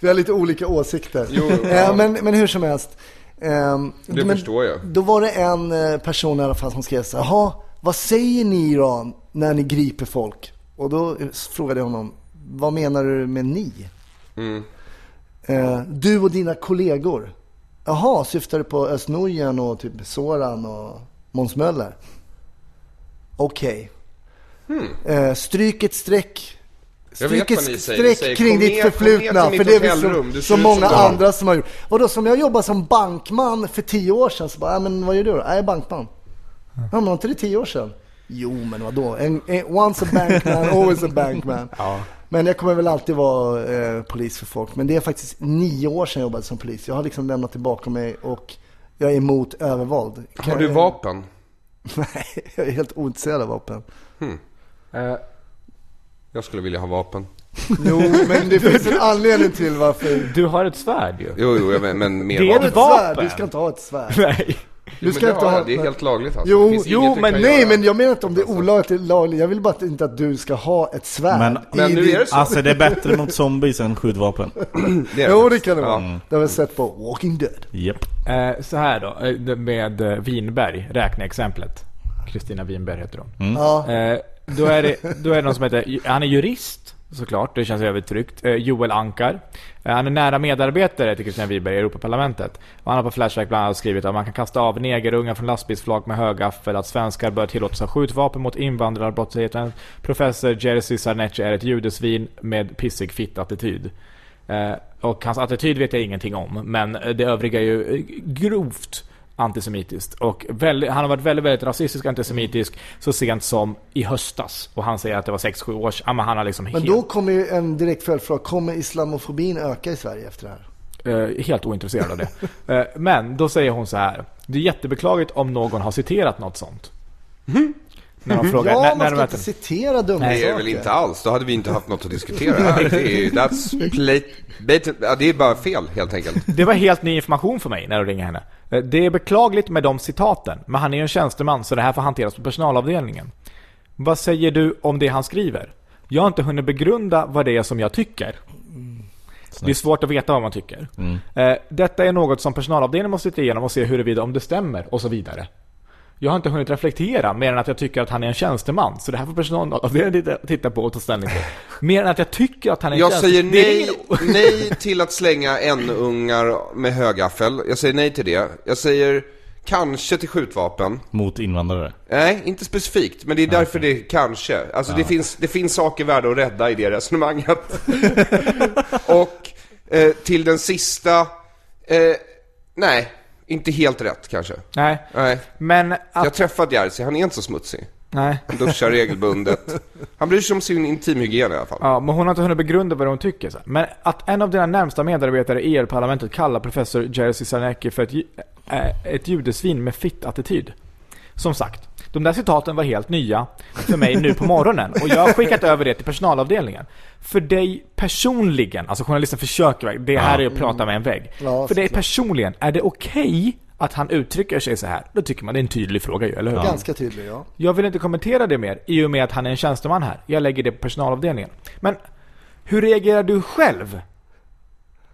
Vi har lite olika åsikter.
Jo, jo,
Eh,
ja.
men, men hur som helst. Ehm,
Det
men
förstår jag.
Då var det en eh, person i alla fall som skrev så här, Jaha, vad säger ni i Iran när ni griper folk? Och då frågade jag honom, vad menar du med ni?
Mm.
Eh, du och dina kollegor. Jaha, syftar du på Östnorgen och typ Soran och Måns Möller? Okej. Eh, stryk ett
Hmm.
streck.
Jag vet
Stryk
vad
ett
ni säger. Ni
säger,
säger,
kring
"Kom
ditt
ner- kom ner
förflutna.
till
För
mitt
det är väl
hotellrum,
så,
du ser
så
ut
många
som du har."
andra som har gjort. Vadå, som jag jobbade som bankman för tio år sedan så bara, "Ja, men vad gör du då? Jag är bankman. Ja, men var inte det tio år sedan? Jo, men vadå? En, en, once a bankman, always a bankman. Men jag kommer väl alltid vara eh, polis för folk. Men det är faktiskt nio år sedan jag jobbade som polis. Jag har liksom lämnat det bakom mig och jag är emot övervåld.
Har du vapen?
Nej, jag är helt ointresserad av vapen.
Eh,
Jag skulle vilja ha vapen.
Jo, men det finns en anledning till varför
du har ett svärd ju.
Jo, jo, jag vet, men mer
Det är
vapen.
ett vapen.
Du ska inte ha ett svärd.
Nej.
men det har jag. Det är helt lagligt alltså. Det
Jo,
finns inget
jo
du
men
kan
nej,
göra.
men jag menar inte om det är olagligt eller lagligt. Jag vill bara att- inte att du ska ha ett svärd.
Men,
i din-
Alltså det är bättre mot zombies än skjutvapen.
Det är
Jo, det
faktiskt.
kan det vara.
Mm.
Det har vi sett på Walking Dead.
Japp.
Eh, så här då, eh, det- med eh, Winberg, räkneexemplet. Kristina Winberg heter
Mm.
hon.
Ja.
Eh, då, är det, då är det någon som heter, han är jurist såklart, det känns övertryckt. Eh, Joel Ankar. Eh, han är nära medarbetare till Kristina Winberg i Europaparlamentet. Och han har på Flashback bland annat skrivit att man kan kasta av negerungar från lastbilsflak med högaffel, att svenskar bör tillåtas ha skjutvapen mot invandrarbrottsligheten. Professor Jerzy Sarnecki är ett judesvin med pissig fitt-attityd. Eh, och hans attityd vet jag ingenting om, men eh, det övriga är ju eh, grovt antisemitiskt. Och väldigt, han har varit väldigt, väldigt rasistisk och antisemitisk så sent som i höstas. Och han säger att det var 6-7 år sedan. Ja, men han har liksom
Men
helt,
då kommer ju en direkt följdfråga. Kommer islamofobin öka i Sverige efter det här?
eh, helt ointresserad av det. Eh, men då säger hon så här. Det är jättebeklagligt om någon har citerat något sånt. När de frågar,
Mhm. ja,
när,
man
när de
ska inte
möter-
citera dumma
Det är
saker.
väl inte alls, då hade vi inte haft något att diskutera här. Det är, that's plate, bait- ja, det är bara fel helt enkelt.
Det var helt ny information för mig när du ringde henne. Eh, Det är beklagligt med de citaten, men han är ju en tjänsteman så det här får hanteras på personalavdelningen. Vad säger du om det han skriver? Jag har inte hunnit begrunda vad det är som jag tycker. Det är svårt att veta vad man tycker. Eh, Detta är något som personalavdelningen måste titta igenom och se huruvida om det stämmer och så vidare. Jag har inte hunnit reflektera mer än att jag tycker att han är en tjänsteman. Så det här får personalavdelningen titta- titta på och ta ställning till. Mer än att jag tycker att han är en
Jag säger
tjänsteman. Det
nej,
är ingen-
nej till att slänga n-ungar med högaffel. Jag säger nej till det. Jag säger kanske till skjutvapen.
Mot invandrare.
Nej, inte specifikt, men det är därför det är kanske. Alltså det, finns, det finns saker värda att rädda i det resonemanget. Och eh, till den sista, eh, nej, inte helt rätt kanske.
Nej,
Nej.
men att...
Jag träffade Jerzy, han är inte så smutsig.
Nej.
Han duschar regelbundet. Han bryr sig om sin intimhygien i alla fall.
Ja, men hon har inte hunnit begrunda vad hon tycker. Så. här. Men att en av dina närmsta medarbetare i EU-parlamentet kallar professor Jerzy Sarnecki för ett, ju- äh, ett judesvin med fitt-attityd. Som sagt, de där citaten var helt nya för mig nu på morgonen och jag har skickat över det till personalavdelningen. För dig personligen, alltså journalisten försöker, verkligen- det här är ju att prata med en vägg.
Ja,
för dig
såklart.
personligen, är det okej att han uttrycker sig så här? Då tycker man det är en tydlig fråga ju, eller hur?
Ganska tydlig, ja.
Jag vill inte kommentera det mer i och med att han är en tjänsteman här. Jag lägger det på personalavdelningen. Men hur reagerar du själv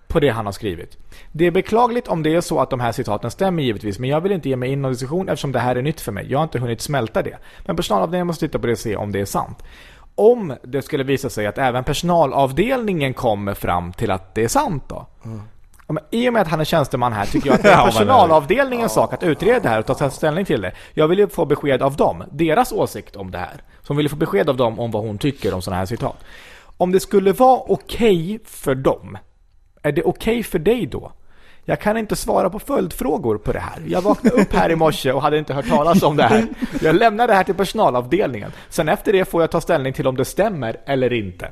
på det han har skrivit? Det är beklagligt om det är så att de här citaten stämmer givetvis, men jag vill inte ge mig in i någon diskussion eftersom det här är nytt för mig. Jag har inte hunnit smälta det. Men personalavdelningen måste titta på det och se om det är sant. Om det skulle visa sig att även personalavdelningen kommer fram till att det är sant då? Ja, men I och med att han är tjänsteman här tycker jag att det
Ja,
är
men-
personalavdelningens sak att utreda det här och ta ställning till det. Jag vill ju få besked av dem, deras åsikt om det här. Så hon vill ju få besked av dem om vad hon tycker om sådana här citat. Om det skulle vara okej för dem, är det okej för dig då? Jag kan inte svara på följdfrågor på det här. Jag vaknade upp här i morse och hade inte hört talas om det här. Jag lämnar det här till personalavdelningen. Sen efter det får jag ta ställning till om det stämmer eller inte.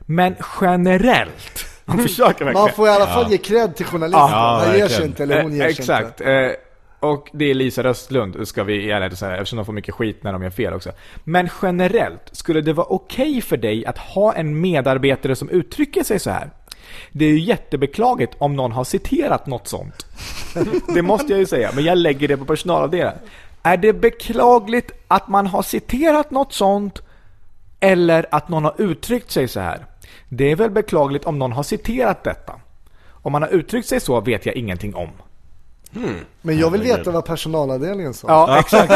Men generellt, man försöker verkligen.
Man får i alla fall ge cred till journalisten.
Ja,
Han ger
verkligen.
sig inte, eller hon
Eh,
ger sig
Exakt.
inte.
Eh, och det är Lisa Röstlund, ska vi i ärlighetens säga, eftersom de får mycket skit när de gör fel också. Men generellt, skulle det vara okej för dig att ha en medarbetare som uttrycker sig så här? Det är ju jättebeklagligt om någon har citerat något sånt. Det måste jag ju säga, men jag lägger det på personalavdelningen. Är det beklagligt att man har citerat något sånt eller att någon har uttryckt sig så här. Det är väl beklagligt om någon har citerat detta. Om man har uttryckt sig så vet jag ingenting om.
Men jag vill veta vad personalavdelningen sa.
Ja, exakt.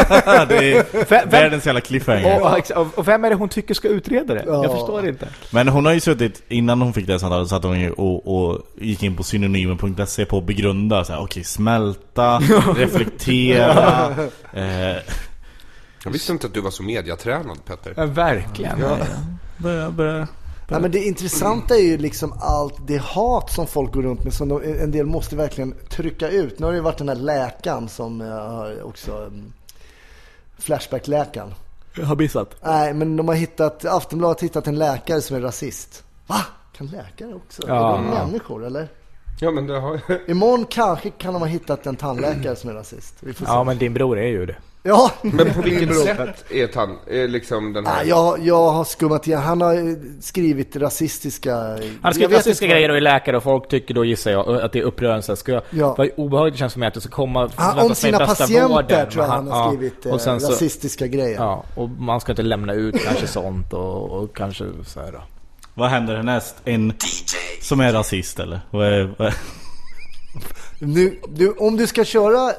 det är världens jävla cliffhanger.
Och, och exa- och vem är det hon tycker ska utreda det?
Ja.
Jag förstår inte.
Men hon har ju suttit, innan hon fick det här samtalet, satt hon ju och, och gick in på synonymen.se på att begrunda så här, okej smälta, reflektera, eh,
Jag visste inte att du var så mediatränad Petter.
Verkligen.
börja, börja.
Nej, men det intressanta är ju liksom allt det hat som folk går runt med som de, en del måste verkligen trycka ut. Nu har det ju varit den här läkaren som eh, har också mm, Flashback-läkaren.
Jag har missat.
Nej, men de har hittat, Aftonbladet har hittat en läkare som är rasist. Va? Kan läkare också?
Ja.
Är de människor eller?
Ja men det har
Imorgon kanske kan de ha hittat en tandläkare som är rasist. Vi får se.
Ja, men din bror är ju det.
Ja.
Men på vilket
Bro.
sätt är tan, är liksom den här...
Nej, jag, jag har skummat igen. Han har eh, skrivit rasistiska...
Han har
Jag vet
skrivit rasistiska
inte vad-
grejer och är läkare och folk tycker då gissar jag att det är upprörelse. Ska jag,
Ja.
Vad obehagligt det känns för mig att det ska komma
Han,
förväntas
Ah, om
mig
sina
bästa
patienter
vården,
tror jag
men
han har skrivit eh,
och sen så,
rasistiska grejer.
Ja, och man ska inte lämna ut kanske sånt och, och kanske så här. då.
Vad händer härnäst? En som är rasist eller? Vad är, vad är?
Nu, du, om du ska köra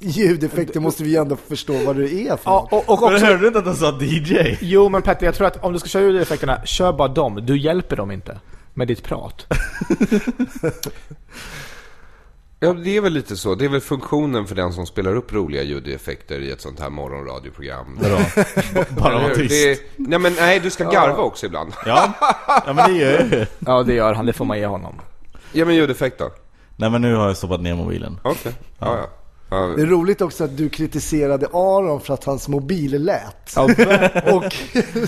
ljudeffekter måste vi ändå förstå vad du är för
Ja, och, och
Men
också,
hörde du inte att han sa DJ?
jo men Petter, jag tror att om du ska köra ut effekterna, kör bara dem. Du hjälper dem inte med ditt prat.
Ja, det är väl lite så. Det är väl funktionen för den som spelar upp roliga ljudeffekter i ett sånt här morgonradioprogram.
Vadå? B- Bara
Eller
vara
hur?
tyst?
Det, nej, men nej, du ska garva också ibland.
Ja. ja, men det gör jag ju.
Ja, det gör han. Det får man ge honom.
Ja, men ljudeffekt då.
Nej men nu har jag stoppat ner mobilen.
Okej. Ja, ja. ja.
Det är roligt också att du kritiserade Aron för att hans mobil lät.
Ja,
Och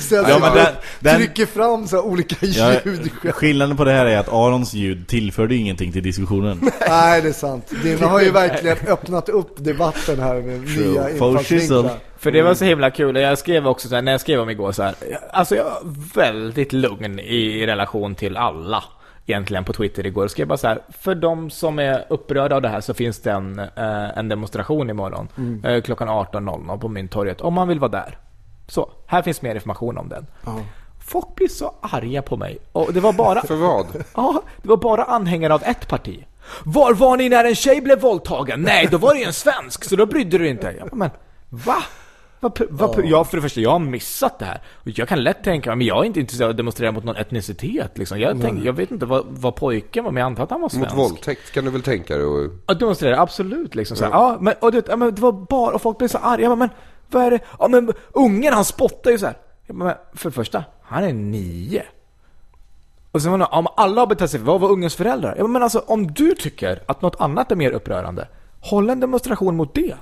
sen
Ja,
så
men den- den-
trycker fram så här olika
Ja,
ljud.
skillnaden på det här är att Arons ljud tillförde ju ingenting till diskussionen.
Nej, det är sant. Dina har ju verkligen öppnat upp debatten här med nya
Fascism.
infallsvinklar.
För det var
Mm.
så himla kul, och jag skrev också så här, när jag skrev om igår så här, alltså jag var väldigt lugn i relation till alla egentligen på Twitter igår. Jag skrev bara så här, för de som är upprörda av det här så finns det en, eh, en demonstration imorgon
Mm.
eh, klockan 18.00 på Mynttorget, om man vill vara där. Så, här finns mer information om den. Folk blir så arga på mig, och det var bara
För vad?
Ja, det var bara anhängare av ett parti. Var var ni när en tjej blev våldtagen? Nej, då var det ju en svensk, så då brydde du dig inte. Jag bara, men va? Vad pr- vad pr- Ja, för det första, jag har missat det här. Och Jag kan lätt tänka mig, men jag är inte intresserad av att demonstrera mot någon etnicitet. Liksom. Jag, tänkte, jag vet inte vad, vad pojken var, men jag antar att han var
Mot
svensk.
våldtäkt kan du väl tänka dig? Och...
Att demonstrera, absolut. Liksom, så här. Ja, men, och det, ja, men det var bara, och folk blev så arga. Jag bara, men vad är det? Ja, men ungen han spottar ju så här. Jag bara, men, för det första, han är nio. Och sen var det, någon, ja, men alla har betett sig, vad var ungens föräldrar? Jag bara, men alltså om du tycker att något annat är mer upprörande, håll en demonstration mot det.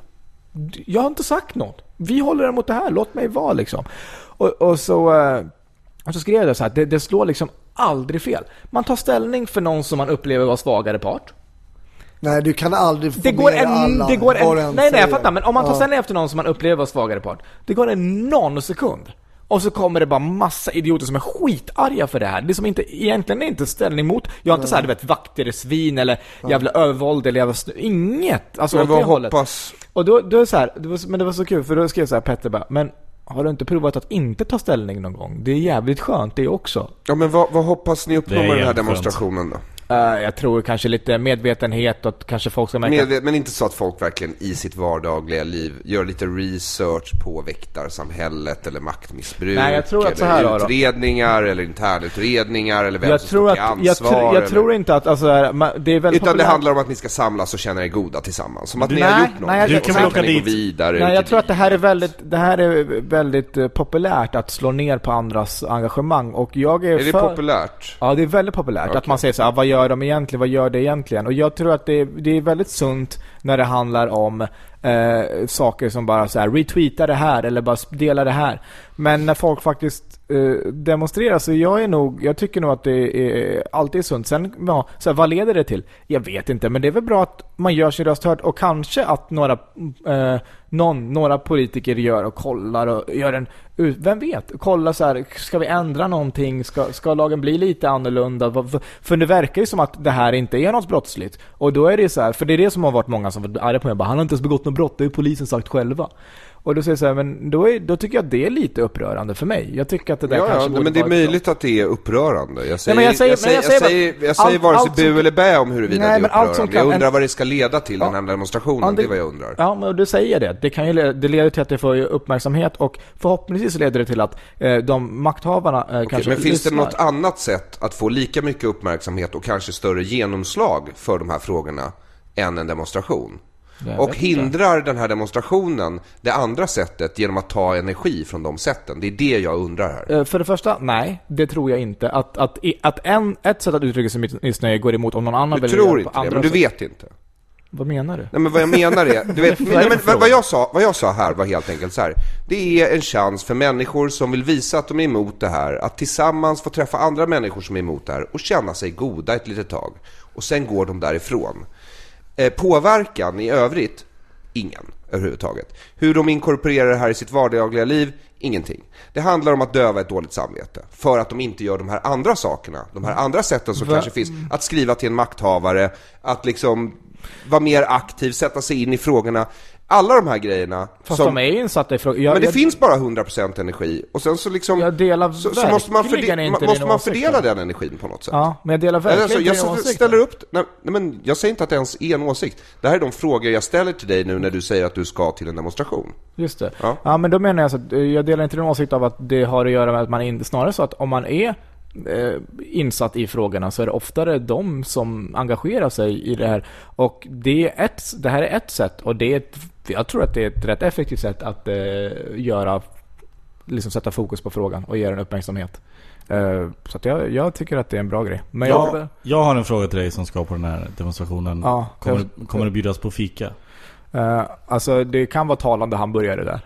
D- Jag har inte sagt något. Vi håller emot det här, låt mig vara liksom. Och, och så... eh, och så skrev jag det så här, det, det slår liksom aldrig fel. Man tar ställning för någon som man upplever vara svagare part.
Nej, du kan aldrig få
Det går
med
en,
alla,
det går
vad du
en,
än
nej nej jag
säger.
fattar, men om man tar
Ja.
ställning efter någon som man upplever vara svagare part, det går en nanosekund. Och så kommer det bara massa idioter som är skitarga för det här. Det är som inte, egentligen är inte ställning mot, jag har inte såhär du vet vakter är svin eller jävla övervåld eller jävla snö, inget. Alltså
Men
åt det
vad
hållet.
hoppas...
Och då, då är det så här, det var, så- men det var så kul för då skrev så här Petter bara, men har du inte provat att inte ta ställning någon gång? Det är jävligt skönt det också.
Ja, men vad, vad hoppas ni
Det
uppnå
är
med den här
jävligt
demonstrationen då?
Eh, jag tror kanske lite medvetenhet och att kanske folk ska märka
Medvet- men inte så att folk verkligen i sitt vardagliga liv gör lite research på väktarsamhället eller maktmissbruk.
Nej, jag tror att så här,
eller
Aron.
utredningar eller internutredningar eller vem
jag
som
tror
står till
att,
ansvar.
jag, tror- jag
eller-
tror inte att, alltså, man- det är väldigt
Utan det
populärt-
handlar om att ni ska samlas och känna er goda tillsammans. Som att ni
Nej,
har gjort något.
nej, jag-
Och
Du kan
sen
väl åka
ni gå
dit.
vidare ut
Nej, jag
i
tror att det här är
livet.
väldigt, det här är väldigt eh, populärt att slå ner på andras engagemang och jag är,
Är det
för...
populärt?
Ja, det är väldigt populärt. Att man säger så här, "Ah, vad gör de egentligen? Vad gör det egentligen? Och jag tror att det är, det är väldigt sunt när det handlar om eh, saker som bara så här, retweeta det här eller bara dela det här. Men när folk faktiskt eh, demonstrerar så jag är nog, jag tycker nog att det är, alltid är sunt. Sen, ja, så här, vad leder det till? Jag vet inte, men det är väl bra att man gör sin röst hörd och kanske att några, eh, någon, några politiker gör och kollar och gör en ut- vem vet? Kolla så här, ska vi ändra någonting? Ska, ska lagen bli lite annorlunda? Vad- vad- För det verkar ju som att det här inte är något brottsligt. Och då är det så här, för det är det som har varit många som varit arga på mig. Bara, han har inte ens begått något brott, det har ju polisen sagt själva. Och då säger jag så här, men då, är, då tycker jag att det är lite upprörande för mig. Jag tycker att det där
Ja,
kanske
ja,
borde
men det är
vara ett brott.
möjligt att det är upprörande. Jag säger,
men
jag
jag
säger,
säger-
jag säger,
men jag säger bara-
jag säger
allt-
vare sig
allt som
bu
kan-
eller bä om huruvida
Nej,
det
men
är
allt som
upprörande. Jag
kan-
undrar
en-
vad det ska leda till, den här
Ja,
demonstrationen. Det är vad jag undrar.
Ja, men du säger det. Det kan ju leda, det leder till att det får ju uppmärksamhet och förhoppningsvis leder det till att eh, de makthavarna eh,
Okej,
kanske
men finns det
lyssnar.
något annat sätt att få lika mycket uppmärksamhet och kanske större genomslag för de här frågorna än en demonstration?
Jag
Och
vet
hindrar den här demonstrationen det andra sättet genom att ta energi från de sätten? Det är det jag undrar här.
Eh, För det första, nej, det tror jag inte. Att, att, i- att en, ett sätt att uttrycka sitt missnöje går emot om någon
Du
annan väljer
tror
att-
inte
på
det,
andra
men du
sätt.
vet inte.
Vad menar du?
Nej men vad jag menar är, du vet, nej, men, vad, vad, jag sa, vad jag sa här var helt enkelt så här. Det är en chans för människor som vill visa att de är emot det här, att tillsammans få träffa andra människor som är emot det här och känna sig goda ett litet tag. Och sen går de därifrån. Eh, påverkan i övrigt Ingen, överhuvudtaget. Hur de inkorporerar det här i sitt vardagliga liv? Ingenting. Det handlar om att döva ett dåligt samvete. För att de inte gör de här andra sakerna. De här andra sätten som
Va-
kanske finns. Att skriva till en makthavare, att liksom vara mer aktiv, sätta sig in i frågorna. Alla de här grejerna.
Fast
som-
de är ju insatta i frågan. Jag,
men det
jag,
finns bara 100% energi och sen så liksom...
jag delar
så, så måste man, förde-
verkligen inte
ma- måste
din
man
åsikt,
fördela
va?
den energin på något sätt.
Ja, men jag delar verkligen
Eller så,
inte
Alltså, jag så-
din åsikt.
ställer upp... Nej, nej, men jag säger inte att det ens är en åsikt. Det här är de frågor jag ställer till dig nu när du säger att du ska till en demonstration.
Just det.
Ja.
Ja. men då menar jag så att eh, jag delar inte din åsikt av att det har att göra med att man inte, snarare så att om man är eh, insatt i frågorna så är det oftare de som engagerar sig i det här. Och det, är ett, det här är ett sätt och det är ett, jag tror att det är ett rätt effektivt sätt att eh, göra, liksom sätta fokus på frågan och ge den uppmärksamhet. Eh, så att jag, jag tycker att det är en bra grej. Men jag,
jag, jag har en fråga till dig som ska på den här demonstrationen.
Ja,
kommer,
jag-
det- kommer det bjudas på fika?
eh, alltså det kan vara talande hamburgare där.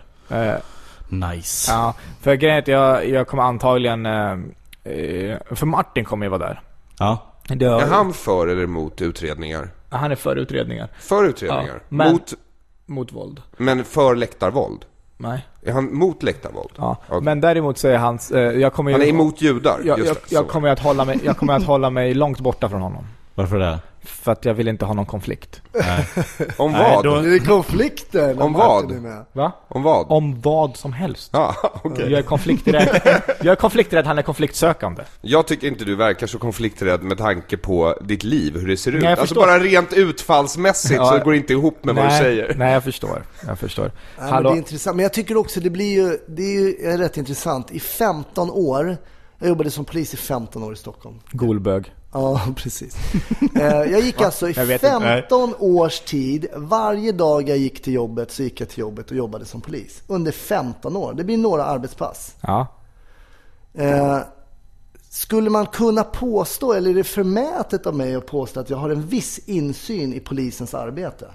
Eh,
Nice.
Ja, för grejen är att jag, jag kommer antagligen... eh, eh, För Martin kommer ju vara där.
Ja.
Det har-
Är han för eller emot utredningar?
han är för utredningar.
För utredningar?
Ja, men-
Mot,
Mot våld.
men för läktarvåld?
Nej.
Är han mot läktarvåld?
Ja.
Okej.
Men däremot så är hans... eh, Jag kommer ju,
Han är emot judar?
Jag,
Just
jag,
det, så
jag,
var
kommer ju att hålla mig, jag kommer att hålla mig långt borta från honom.
Varför det?
För att jag vill inte ha någon konflikt.
det. Om
Nej,
vad?
då-
Det är konflikter när
Om
Martin
vad?
är med.
Va?
Om vad?
Om vad som helst.
Ja, okej.
Jag är konflikträdd. jag är konflikträdd, han är konfliktsökande.
Jag tycker inte du verkar så konflikträdd med tanke på ditt liv, hur det ser ut.
Nej, jag
alltså
förstår.
bara rent utfallsmässigt så
Ja.
går det inte ihop med
nej,
vad du säger.
Nej, jag förstår. Jag förstår.
Ja, men det är intressant. Men jag tycker också det blir ju, det är ju är rätt intressant. I 15 år, jag jobbade som polis i 15 år i Stockholm.
Golbög.
Ja, precis. Eh, jag gick alltså i
Jag vet inte.
15 års tid, varje dag jag gick till jobbet så gick jag till jobbet och jobbade som polis. Under 15 år. Det blir några arbetspass.
Ja.
Eh, skulle man kunna påstå, eller är det förmätet av mig att påstå att jag har en viss insyn i polisens arbete?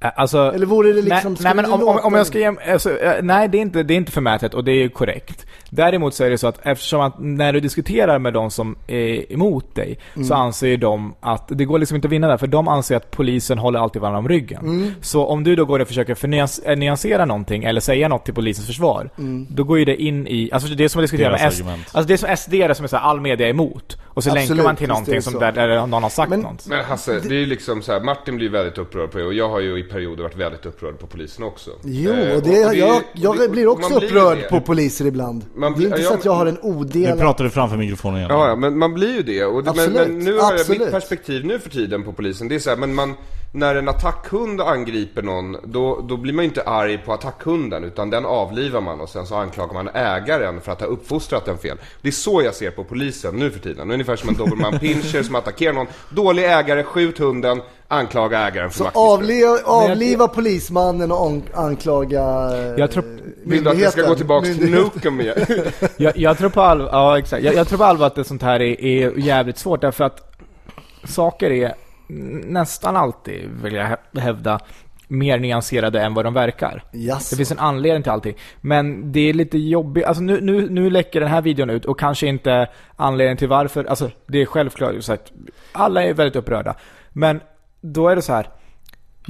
Eh, Alltså,
Eller vore det liksom-
nej, nej,
skulle
men
du
om, om,
låta
om jag
det-
ska jäm, alltså, eh, Nej, det är, inte, det är inte förmätet och det är ju korrekt. Däremot så är det så att eftersom att när du diskuterar med de som är emot dig
Mm.
så anser ju de att, det går liksom inte att vinna där, för de anser att polisen håller alltid varandra om ryggen.
Mm.
Så om du då går och försöker förnyans, eh, nyansera någonting eller säga något till polisens försvar,
Mm.
då går ju det in i, alltså det är som att diskutera
Deras
med S,
argument.
alltså det är som SD som är såhär, all media är emot. Och så länkar
Absolut,
man till
visst är
någonting
det
som
så.
där, där någon har sagt
Men-
något.
Men Hasse, det är ju liksom så här, Martin blir väldigt upprörd på det och jag har ju i perioder varit väldigt upprörd på polisen också.
Jo,
Eh,
och det, jag,
och det-
jag blir också
man blir ju
upprörd
det.
på poliser ibland.
Man
det är
blir-
inte
ja,
så att jag
men-
har en
Nu
odelad...
pratar du framför mikrofonen igen.
Ja, ja, men man blir ju det. Och det men,
Absolut,
men nu har jag mitt
absolut.
perspektiv nu för tiden på polisen. Det är så här, men man, när en attackhund angriper någon, då, då blir man ju inte arg på attackhunden, utan den avlivar man och sen så anklagar man ägaren för att ha uppfostrat den fel. Det är så jag ser på polisen nu för tiden. Ungefär som en dobermann pinscher som attackerar någon. Dålig ägare, skjut hunden, anklaga ägaren för
Så
maktmissbruk.
avliva, avliva polismannen och an- anklaga eh,
Jag tror-
Vill du att jag ska gå
myndigheten?
tillbaka till
Myndigheten.
Nukem igen?
jag, jag tror på allvar, ja exakt. Jag, jag tror på allvar att det sånt här är, är jävligt svårt därför att saker är nästan alltid, vill jag hä- hävda, mer nyanserade än vad de verkar.
Jaså.
Det finns en anledning till allting. Men det är lite jobbigt. Alltså nu, nu, nu läcker den här videon ut och kanske inte anledningen till varför. Alltså det är självklart så att alla är väldigt upprörda. Men då är det så här.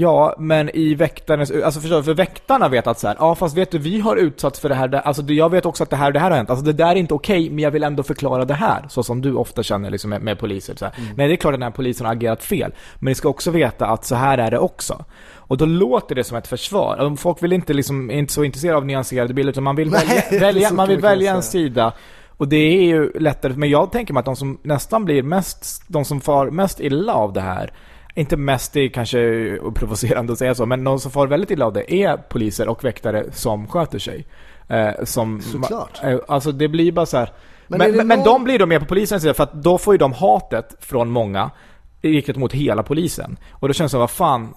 Ja, men i väktarens... Alltså förstår du? För väktarna vet att så här, ja fast vet du, vi har utsatts för det här, det- alltså det- jag vet också att det här och det här har hänt. Alltså det där är inte okej, men jag vill ändå förklara det här. Så som du ofta känner liksom med, med poliser. Så här.
Mm.
Nej, det är klart att den här polisen har agerat fel. Men ni ska också veta att så här är det också. Och då låter det som ett försvar. Alltså, Folk vill inte liksom, är inte så intresserade av nyanserade bilder, utan man vill
Nej,
välja,
så
välja,
kan
man vill
man kunna
välja en
säga.
sida. Och det är ju lättare, men jag tänker mig att de som nästan blir mest, de som far mest illa av det här, inte mest, det är kanske provocerande att säga så, men de som far väldigt illa av det är poliser och väktare som sköter sig. Eh, som,
Såklart.
Eh, alltså det blir bara så här.
Men
Men,
är
men,
det någon-
de blir då mer på polisens sida, för att då får ju de hatet från många riktat mot hela polisen. Och då känns det som, vad fan,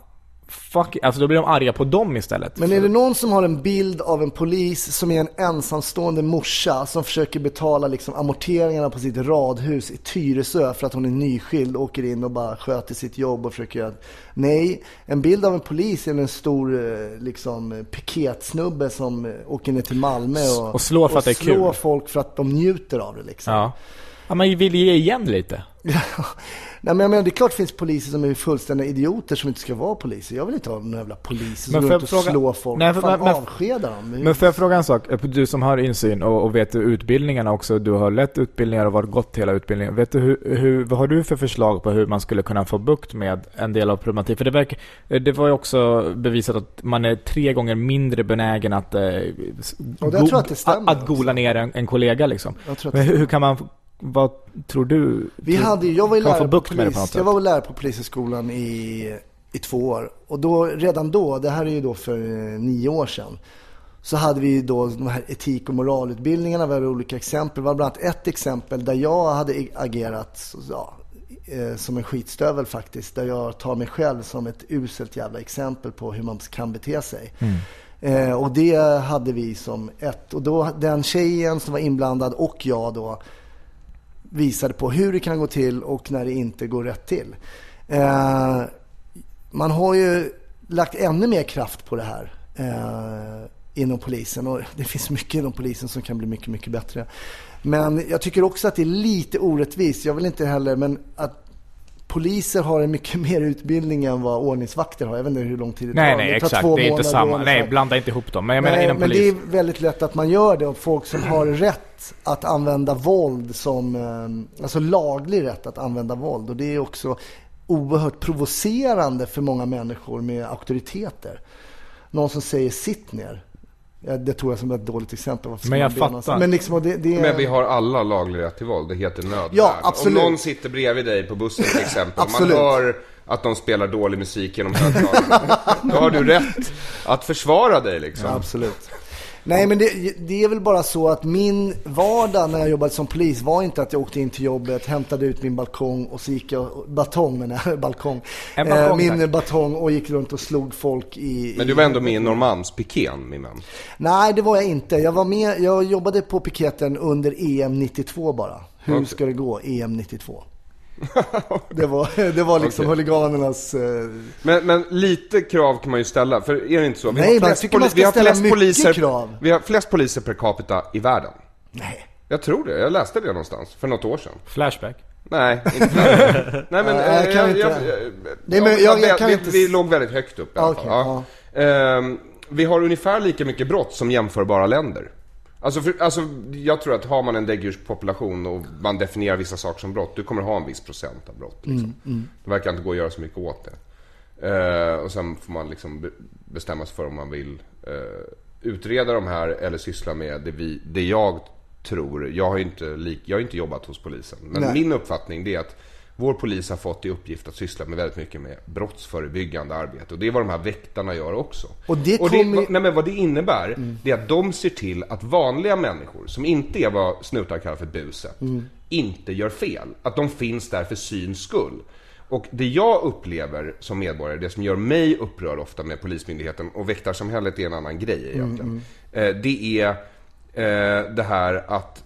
fuck, alltså då blir de arga på dem istället.
Men är det någon som har en bild av en polis som är en ensamstående morsa som försöker betala liksom amorteringarna på sitt radhus i Tyresö för att hon är nyskild och åker in och bara sköter sitt jobb och försöker göra... Nej, en bild av en polis är en stor eh, liksom, eh, piketsnubbe som eh, åker ner till Malmö och,
Och slår för att det är
slår
kul.
folk för att de njuter av det. Liksom.
Ja. Ja, man vill ge igen lite.
Nej, men jag menar, det är klart det finns poliser som är fullständiga idioter som inte ska vara poliser. Jag vill inte ha några jävla poliser som går runt och slår folk.
Nej,
Fan,
men-
avskeda dem.
Men får jag fråga en sak? Du som har insyn och, och vet utbildningarna också. Du har lett utbildningar och varit gott hela utbildningen. Vet du hur, hur, vad har du för förslag på hur man skulle kunna få bukt med en del av problematiken? För det, verkar, det var ju också bevisat att man är tre gånger mindre benägen att, eh, s-
Och det- jag tror att det stämmer
att, att gola ner en, en kollega. Liksom.
Jag tror att
Men
det
hur, hur kan man... Vad tror du?
Vi
tror-
hade, ju- jag var ju
kan man få
lärare på,
bukt med det på något
polis, jag
sätt?
var väl lärare på polishögskolan i, i två år. Och då, redan då, det här är ju då för eh, nio år sedan, så hade vi ju då de här etik och moralutbildningarna. Vi hade olika exempel. Det var bland annat ett exempel där jag hade i- agerat så- ja, eh, som en skitstövel faktiskt. Där jag tar mig själv som ett uselt jävla exempel på hur man kan bete sig.
Mm.
Eh, och det hade vi som ett. Och då den tjejen som var inblandad och jag då visade på hur det kan gå till och när det inte går rätt till. Eh, man har ju lagt ännu mer kraft på det här eh, inom polisen och det finns mycket inom polisen som kan bli mycket, mycket bättre. Men jag tycker också att det är lite orättvist. Jag vill inte heller, men att poliser har en mycket mer utbildning än vad ordningsvakter har. Jag vet inte hur lång tid det
Nej,
tar.
nej,
det tar
exakt.
två
Det är inte
månader
samma. Nej,
ungefär.
blanda inte ihop dem. Men jag menar
Nej,
inom
men
polis.
det är väldigt lätt att man gör det och folk som har rätt att använda våld som, eh, alltså laglig rätt att använda våld och det är också oerhört provocerande för många människor med auktoriteter. Någon som säger sitt ner. Ja, Det tror jag som ett dåligt exempel. Varför ska
Men jag
man be
fattar.
någon- Men liksom, och det, det är...
Men vi har alla laglig rätt till våld, det heter nödvärn.
Ja, absolut.
Om någon sitter bredvid dig på bussen till exempel, man
Absolut.
hör att de spelar dålig musik genom högtalarna. Då har du rätt att försvara dig liksom.
Ja, absolut. Nej, men det, det är väl bara så att min vardag när jag jobbade som polis var inte att jag åkte in till jobbet, hämtade ut min balkong och så gick jag, batong menar jag, balkong.
En balkong,
Eh, min
tack.
batong och gick runt och slog folk i...
Men du
i-
var ändå med i Norrmalmspiken, min vän.
Nej, det var jag inte. Jag var med, jag jobbade på piketen under EM 92 bara. Hur
Okej.
ska det gå, EM 92? det, var, det var liksom
Okej.
huliganernas... eh,
Men, men lite krav kan man ju ställa, för är det inte så?
Nej, men jag tycker man ska
vi har
ställa mycket
poliser,
krav.
Vi har flest poliser per capita i världen.
Nej.
Jag tror det, jag läste det någonstans för något år sedan.
Flashback?
Nej, inte flashback. Nej men,
Nej,
eh,
jag kan inte. Nej,
ja,
men jag-
vi-
jag kan
vi,
inte s-
vi låg väldigt högt upp i alla fall.
Okej,
Ja. Ehm, vi har ungefär lika mycket brott som jämförbara länder. Alltså, för, alltså, jag tror att har man en däggdjurspopulation och man definierar vissa saker som brott, du kommer ha en viss procent av brott. Liksom.
Mm,
Det verkar inte gå att göra så mycket åt det. Eh, och sen får man liksom be- bestämma sig för om man vill eh, utreda de här eller syssla med det, vi, det jag tror. Jag har ju inte, lik, jag har ju inte jobbat hos polisen. Men
Nej.
min uppfattning det är att vår polis har fått i uppgift att syssla med väldigt mycket med brottsförebyggande arbete. Och det är vad de här väktarna gör också.
Och det kommer ju-
va- nej men vad det innebär, det är att de ser till att vanliga människor, som inte är vad snutar kallar för buset, inte gör fel. Att de finns där för syns skull. Och det jag upplever som medborgare, det som gör mig upprörd ofta med Polismyndigheten och väktarsamhället är en annan grej
Mm,
egentligen. Eh, Det är eh, det här att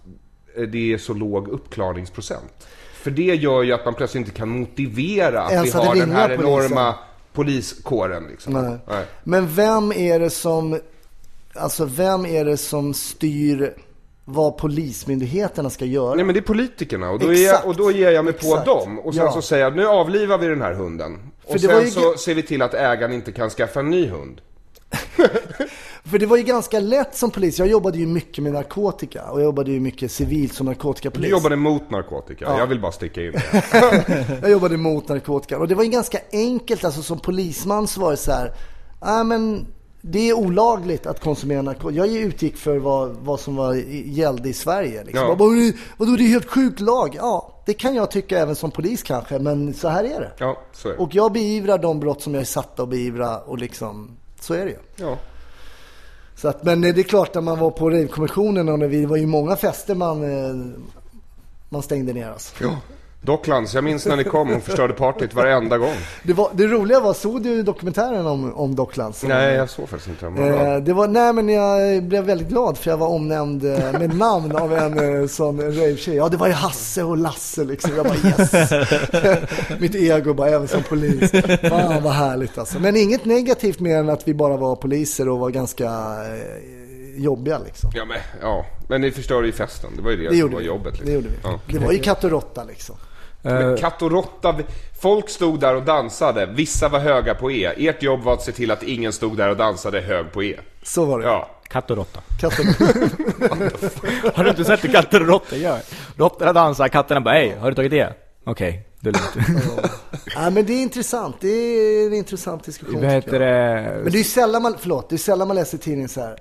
eh, det är så låg uppklarningsprocent. För det gör ju att man plötsligt inte kan motivera att
Ens
vi
att
har den
Alltså, ringa
här
polisen.
enorma poliskåren. Liksom.
Nej.
Nej.
Men vem är det som, alltså vem är det som styr vad polismyndigheterna ska göra?
Nej men det är politikerna och då, är
Exakt.
jag, och då ger jag mig
Exakt.
på dem och sen
Ja.
så säger jag nu avlivar vi den här hunden.
För
och
det var
sen
ju
så
ge-
ser vi till att ägaren inte kan skaffa en ny hund.
För det var ju ganska lätt som polis. Jag jobbade ju mycket med narkotika och jag jobbade ju mycket civilt som
Du
narkotikapolis.
jobbade mot narkotika,
Ja.
jag vill bara sticka in det.
Jag jobbade mot narkotika. Och det var ju ganska enkelt. Alltså som polisman så var det så här. "Ah, men det är olagligt att konsumera narkotika. Jag utgick för vad, vad som var, gällde i Sverige. Liksom.
Ja.
Jag bara, "Vadå, vadå, det är helt sjukt lag? Ja, det kan jag tycka även som polis kanske. Men så här är det.
Ja, så är det.
Och jag beivrar de brott som jag är satt att beivra och liksom, så är det ju.
Ja.
Så att, men eh, det är klart när man var på rejvkommissionen och när vi det var ju många fester man, eh, man stängde ner alltså. oss.
Docklands, jag minns när ni kom och förstörde partyt varenda gång.
Det, var, det roliga var, såg du dokumentären om, om Docklands?
Nej, jag såg faktiskt inte den.
Eh,
Äh...
det var, nej men jag blev väldigt glad för jag var omnämnd eh, med namn av en eh, sån rave Ja det var ju Hasse och Lasse liksom. Jag bara yes. Mitt ego bara, även som polis. Fan vad härligt alltså. Men inget negativt mer än att vi bara var poliser och var ganska eh, jobbiga liksom.
Ja, men, ja, men ni förstörde ju festen, det var ju det,
Det
som
gjorde
var
vi.
jobbet. Liksom.
Det gjorde vi.
Ja.
Det var ju katt och råtta liksom.
Men
Eh,
katt och råtta, folk stod där och dansade, vissa var höga på E. Ert jobb var att se till att ingen stod där och dansade hög på E.
Så var det.
Ja.
Katt och råtta.
Katten.
Har du inte sett hur katter och råttor gör? Råttorna dansar, katterna bara hej, har du tagit det? Okej, det är lugnt.
Nej, men det är intressant. Det är en intressant diskussion.
Vad
tycker
heter
jag.
det?
Men det är ju sällan man, förlåt, det är sällan man läser i tidningen så här.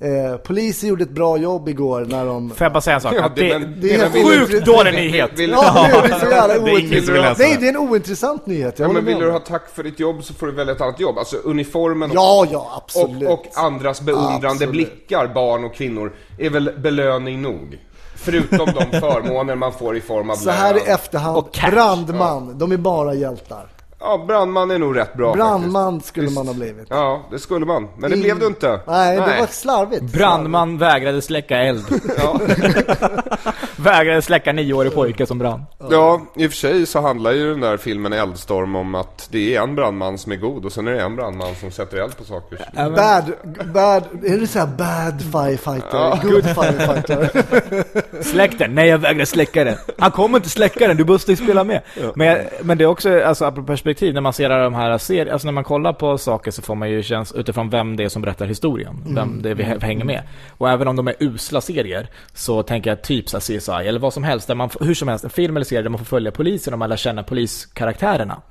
Eh, polisen gjorde ett bra jobb igår när de...
Får jag bara säga en sak?
Ja,
Att det,
det- men-
det
det
är
är
en
helt
sjukt dålig nyhet!
Vill-
Ja, det är så
Det
jävla
är ingen som vill
ointressant.
läsa
Nej,
det.
det är en ointressant nyhet. Jag
Ja,
håller
men
med
vill du
om
ha tack för ditt jobb så får du välja ett annat jobb. Alltså uniformen
det.
och,
Ja, ja,
och,
absolut.
och andras beundrande
Absolut.
blickar, barn och kvinnor, är väl belöning nog. Förutom de förmåner man får i form av
så här i
lön.
efterhand,
Och cash.
brandman, de är bara hjältar.
Ja, brandman är nog rätt bra faktiskt.
Brandman skulle man ha blivit.
Ja, det skulle man. Men det blev du inte.
Nej, det var slarvigt.
Brandman vägrade släcka eld.
Ja.
vägrade släcka nioårig pojke som brann.
Ja, i och för sig så handlar ju den där filmen Eldstorm om att det är en brandman som är god och sen är det en brandman som sätter eld på saker.
Bad, bad, är det så här bad firefighter? Good firefighter?
Släck den! Nej jag vägrar släcka den. Han kommer inte släcka den, du måste ju spela med. Men, jag, men det är också, alltså apropå perspektiv, när man ser alla de här serier, alltså när man kollar på saker så får man ju känns utifrån vem det är som berättar historien. Vem det är vi hä- hänger med. Och även om de är usla serier, så tänker jag typ så här CSI eller vad som helst, där man, får- hur som helst, en film eller serie där man får följa polisen och man lär känna poliskaraktärerna.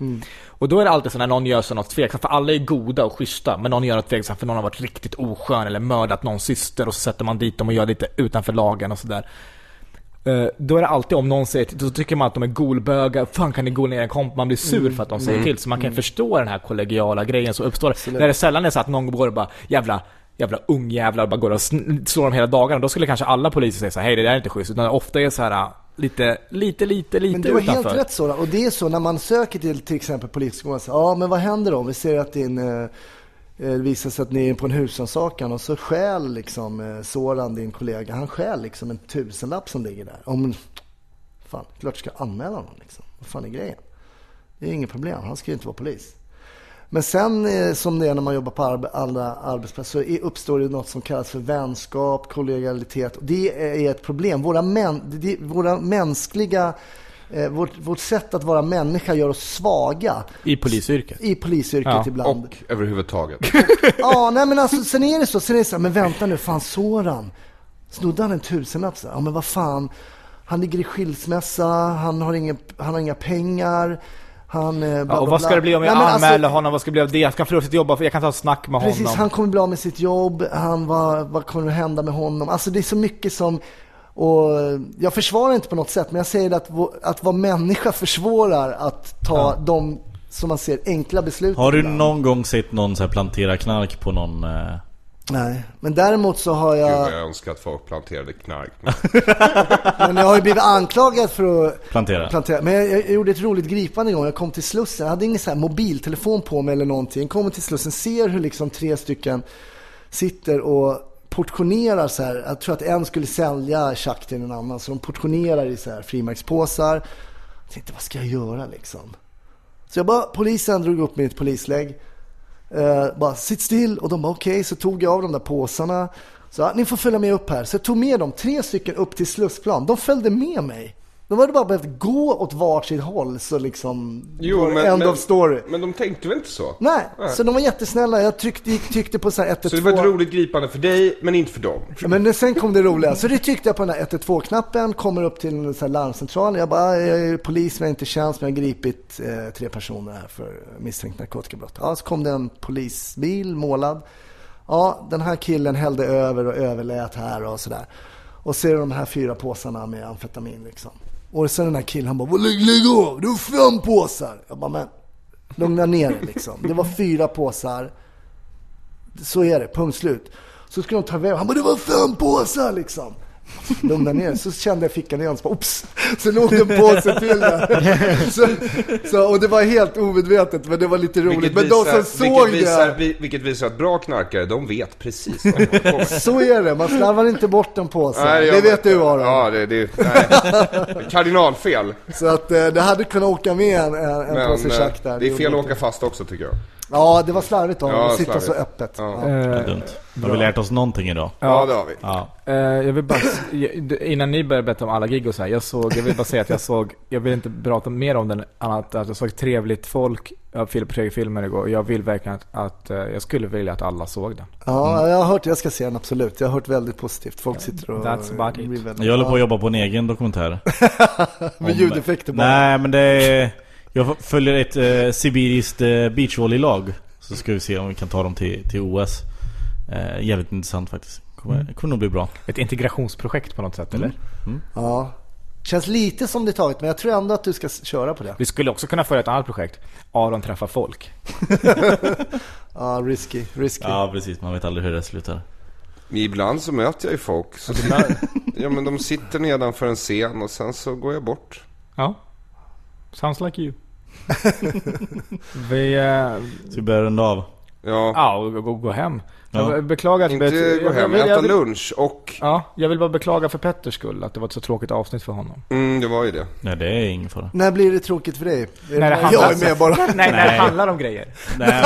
Och då är det alltid så när någon gör så något tveksamt, för alla är goda och schyssta, men någon gör något tveksamt för någon har varit riktigt oskön eller mördat någon syster och så sätter man dit dem och gör lite utanför lagen och sådär. Eh, Då är det alltid om någon säger till, då tycker man att de är golbögar, fan kan ni gå ner en komp? Man blir
Mm.
sur för att de säger till. Så man kan förstå den här kollegiala grejen som uppstår. När det sällan är så att någon går och bara, jävla Jävla ungjävlar bara går och sn- slår dem hela dagarna. Då skulle kanske alla poliser säga så här, hej det där är inte schysst. Utan ofta är det så här ah, lite, lite, lite, lite
Men du har
utanför.
helt rätt Sora. Och det är så när man söker till till exempel polisskolan. så, Ja, men vad händer om vi ser att din eh, eh, det visar sig att ni är på en husrannsakan och så stjäl liksom eh, Soran, din kollega, han stjäl liksom en tusenlapp som ligger där. Om, fan, klart du ska anmäla honom liksom. Vad fan är grejen? Det är inget problem, han ska ju inte vara polis. Men sen eh, som det är när man jobbar på arbe- alla arbetsplatser så är- uppstår det något som kallas för vänskap, kollegialitet. Och Det är ett problem. Våra, män, det- det, våra mänskliga... eh, Vårt, vårt sätt att vara människa gör oss svaga
I polisyrket.
i polisyrket
Ja,
ibland.
Och överhuvudtaget.
Ja, nej men alltså sen är det så. Sen är det så här, men vänta nu, fan Soran. Snodde han en tusenlapp? Så här, ja men vad fan. Han ligger i skilsmässa, han har, ingen, han har inga pengar. Han, eh, bla,
Ja,
bla,
och vad ska
bla.
det bli om jag
Nej, men
anmäler
alltså,
honom? Vad ska det bli av det? Jag kan förlora sitt jobb, jag kan ta ett snack med
Precis,
honom.
han kommer bli av med sitt jobb. Han, vad, vad kommer att hända med honom? Alltså det är så mycket som... Och jag försvarar inte på något sätt, men jag säger att, vå- att vara människa försvårar att ta de, som man ser, enkla beslut.
Har du
ibland.
någon gång sett någon så här plantera knark på någon? eh,
Nej, men däremot så har
Gud
jag...
vad jag önskar att folk planterade knark.
Men jag har ju blivit anklagad för att
Plantera.
plantera. Men jag, jag gjorde ett roligt gripande en gång. Jag kom till Slussen. Jag hade ingen så här mobiltelefon på mig eller någonting. Kommer till Slussen, ser hur liksom tre stycken sitter och portionerar så här. Jag tror att en skulle sälja tjack till en annan. Så de portionerar i så här frimärkspåsar. Jag tänkte, vad ska jag göra liksom? Så jag bara, polisen drog upp mitt polislägg. Eh, bara sitt still och de bara okej, så tog jag av de där påsarna. Så ja, ni får följa med upp här. Så jag tog med dem, tre stycken upp till Slussplan. De följde med mig. De hade bara behövt gå åt varsitt håll så liksom, var det end of story.
Men de tänkte väl inte så?
Nej, så de var jättesnälla. Jag tryckte, gick- tryckte på så här 112.
Så det var ett roligt gripande för dig, men inte för dem.
Ja, Men sen kom det roliga. Så det tryckte jag på den här 112-knappen, kommer upp till en så här larmcentral. Jag bara, "Ah, jag är polis men jag är inte tjänst, men jag har gripit eh, tre personer här för misstänkt narkotikabrott. Ja, så kom det en polisbil målad. Ja, den här killen hällde över och överlät här och sådär. Och ser de här fyra påsarna med amfetamin liksom. Och sen den här killen, han bara, "Vad, lägg, lägg av, du har fem påsar. Jag bara, men lugna ner dig liksom. Det var fyra påsar. Så är det, punkt slut. Så skulle de ta iväg Han bara, det var fem påsar liksom. Lugna ner Så kände jag fickan igen, så bara oops! Så låg det en påse till där. Så, så, och det var helt omedvetet, men det var lite roligt. men de som såg
vilket visar,
det,
vi- vilket visar att bra knarkare, de vet precis vad de håller på med.
så är det. Man slarvar inte bort en påse.
Nej,
det
jag-
vet du Aron.
Ja, det, det, nej. Kardinalfel.
Så att eh, det hade kunnat åka med en, en, en
Men
påse
eh,
tjack där.
det är
gjorde
fel att
inte.
åka fast också tycker jag.
Ja, det var slarvigt av honom
Ja,
att sitta så
slarvigt.
öppet.
Ja.
Ja.
Eh,
Dumt. Har
bra.
vi lärt oss någonting idag?
Ja, det har vi.
Ja.
Eh, jag vill bara, s- jag- innan ni börjar berätta om alla gig och så här, jag såg, jag vill bara säga att jag såg, jag vill inte prata mer om den annat att jag såg Trevligt Folk av Filip Fredrik-filmer igår och jag vill verkligen att, att, eh, jag skulle vilja att alla såg den.
Ja, jag har hört, jag ska se den absolut. Jag har hört väldigt positivt. Folk sitter och...
That's about it.
blir väldigt-
Jag håller på att
Ja.
jobba på en egen dokumentär.
Med
Om-
ljudeffekter bara.
Nej men det är... Jag följer ett eh, sibiriskt eh, beachvolleylag. Så ska vi se om vi kan ta dem till, till OS. Eh, jävligt intressant faktiskt. Kommer, kommer nog bli bra.
Ett integrationsprojekt på något sätt eller?
Ja. Känns lite som det är taget, men jag tror ändå att du ska s- köra på det.
Vi skulle också kunna föra ett annat projekt. Aron träffar folk.
Ja, risky. risky.
Ja precis, man vet aldrig hur det slutar.
Men Ibland så möter jag ju folk. Så ja, men de sitter nedanför en scen och sen så går jag bort.
Ja. Sounds like you. vi, eh,
Så Typ vi börjar runda av.
Ja,
ja, och gå, gå hem.
Ja.
Jag beklagar att
inte
jag-
gå hem,
jag, jag,
äta
jag, vill-
lunch och...
Ja, jag vill bara beklaga för Petters skull att det var ett så tråkigt avsnitt för honom.
Mm, det var ju det.
Nej det är ingen fara.
När blir det tråkigt för dig? Är det
När det
bara-
handlar-
jag är med bara.
Nej, när
Nej.
det handlar om grejer.
Nej.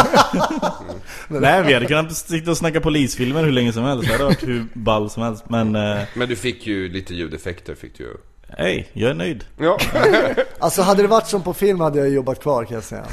Nej vi hade kunnat sitta och snacka polisfilmer hur länge som helst. Det hade varit hur ball som helst. Men eh,
Men du fick ju lite ljudeffekter fick du ju.
hej, jag är nöjd.
Ja,
Alltså hade det varit som på film hade jag jobbat kvar kan jag säga.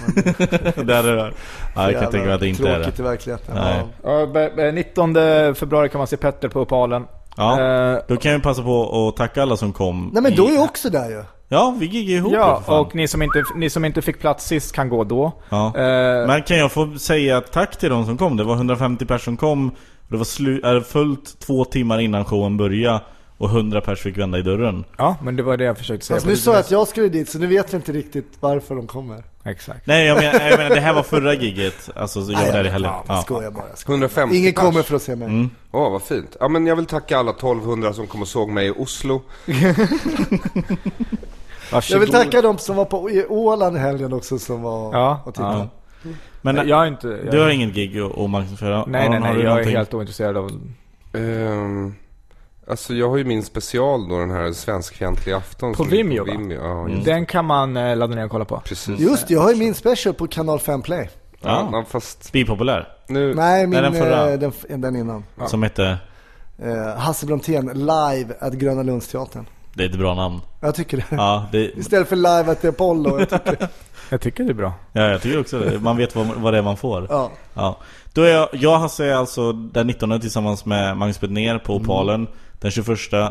Men
det hade det varit. Ja, jag kan
jävlar,
tänka mig att det inte är det.
Tråkigt i verkligheten.
Nej.
Ja.
Ja, be- be- 19 februari kan man se Petter på Upalen.
Ja.
Eh,
Då kan vi passa på att tacka alla som kom.
Nej men då är
i-
jag också där ju.
Ja, vi gick ihop
ja,
för fan.
och ni som, inte, ni som inte fick plats sist kan gå då.
Ja.
Eh,
Men kan jag få säga tack till de som kom? Det var 150 personer som kom. Och det var slu- är fullt två timmar innan showen började. Och 100 personer fick vända i dörren.
ja, men det var det jag försökte säga.
Fast nu sa jag att jag skulle dit så nu vet vi inte riktigt varför de kommer.
Exakt.
Nej, jag menar, jag menar det här var förra giget. Alltså, så jag var där i helgen.
Ja, jag
Ja. Mm.
skojar bara. jag skojar.
150
Ingen
pers.
kommer för att se mig.
Åh, vad fint. Ja, men jag vill tacka alla 1200 som kom och såg mig i Oslo.
Jag
Varsågod.
vill tacka de som var på i Åland i helgen också som var
Ja,
och tittade.
ja.
Men
Nej, jag är inte... Jag,
du har inget gig att- att marknadsföra?
nej,
Aron, har
nej, nej.
du
Jag
någonting?
är helt ointresserad av...
Ehm, alltså jag har ju min special då, den här svenskfientliga afton.
På
som är
Vimeo, va?
Ja, just det.
Den kan man eh, ladda ner och kolla på.
Precis.
Just det, jag har ju min special på kanal 5 play.
Ja,
Ja.
men fast
Bli populär.
nu...
Nej, min,
den förra.
eh, den, f- den innan.
Som hette...
Eh, Hasse Brontén live at Gröna Lundsteatern.
Det är ett bra namn.
Jag tycker det.
Ja, det,
Istället för live at the Apollo. Jag tycker,
Jag tycker det är bra.
ja jag tycker också det. Man vet vad, vad det är man får.
ja.
Ja. Då är jag, jag Hasse är alltså den 19 tillsammans med Magnus Bednér
Mm.
på Opalen Den 21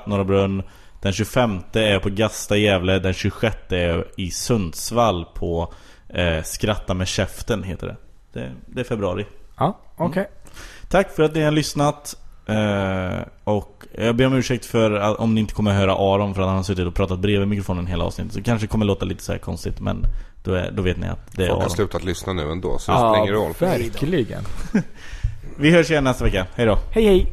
Norra Brunn Den 25 är jag på Gasta i Gävle Den 26 är jag i Sundsvall på eh, Skratta med käften heter det Det, det är februari
Ja, okej.
Tack för att ni har lyssnat eh, Och jag ber om ursäkt för att, om ni inte kommer höra Aron för att han har suttit och pratat bredvid mikrofonen hela avsnittet Så det kanske kommer låta lite så här konstigt men då, är, då vet ni att det är
Folk har
Aron
slutat lyssna nu ändå, så det spelar ingen roll.
verkligen.
Vi hörs igen nästa vecka, hejdå
Hej, hej.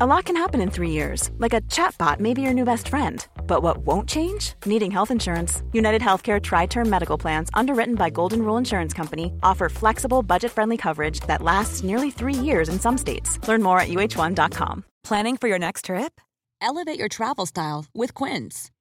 A lot can happen in three years, like a chatbot may be your new best friend. But what won't change? Needing health insurance. United Healthcare Tri Term Medical Plans, underwritten by Golden Rule Insurance Company, offer flexible, budget friendly coverage that lasts nearly three years in some states. Learn more at uh1.com.
Planning for your next trip? Elevate your travel style with Quince.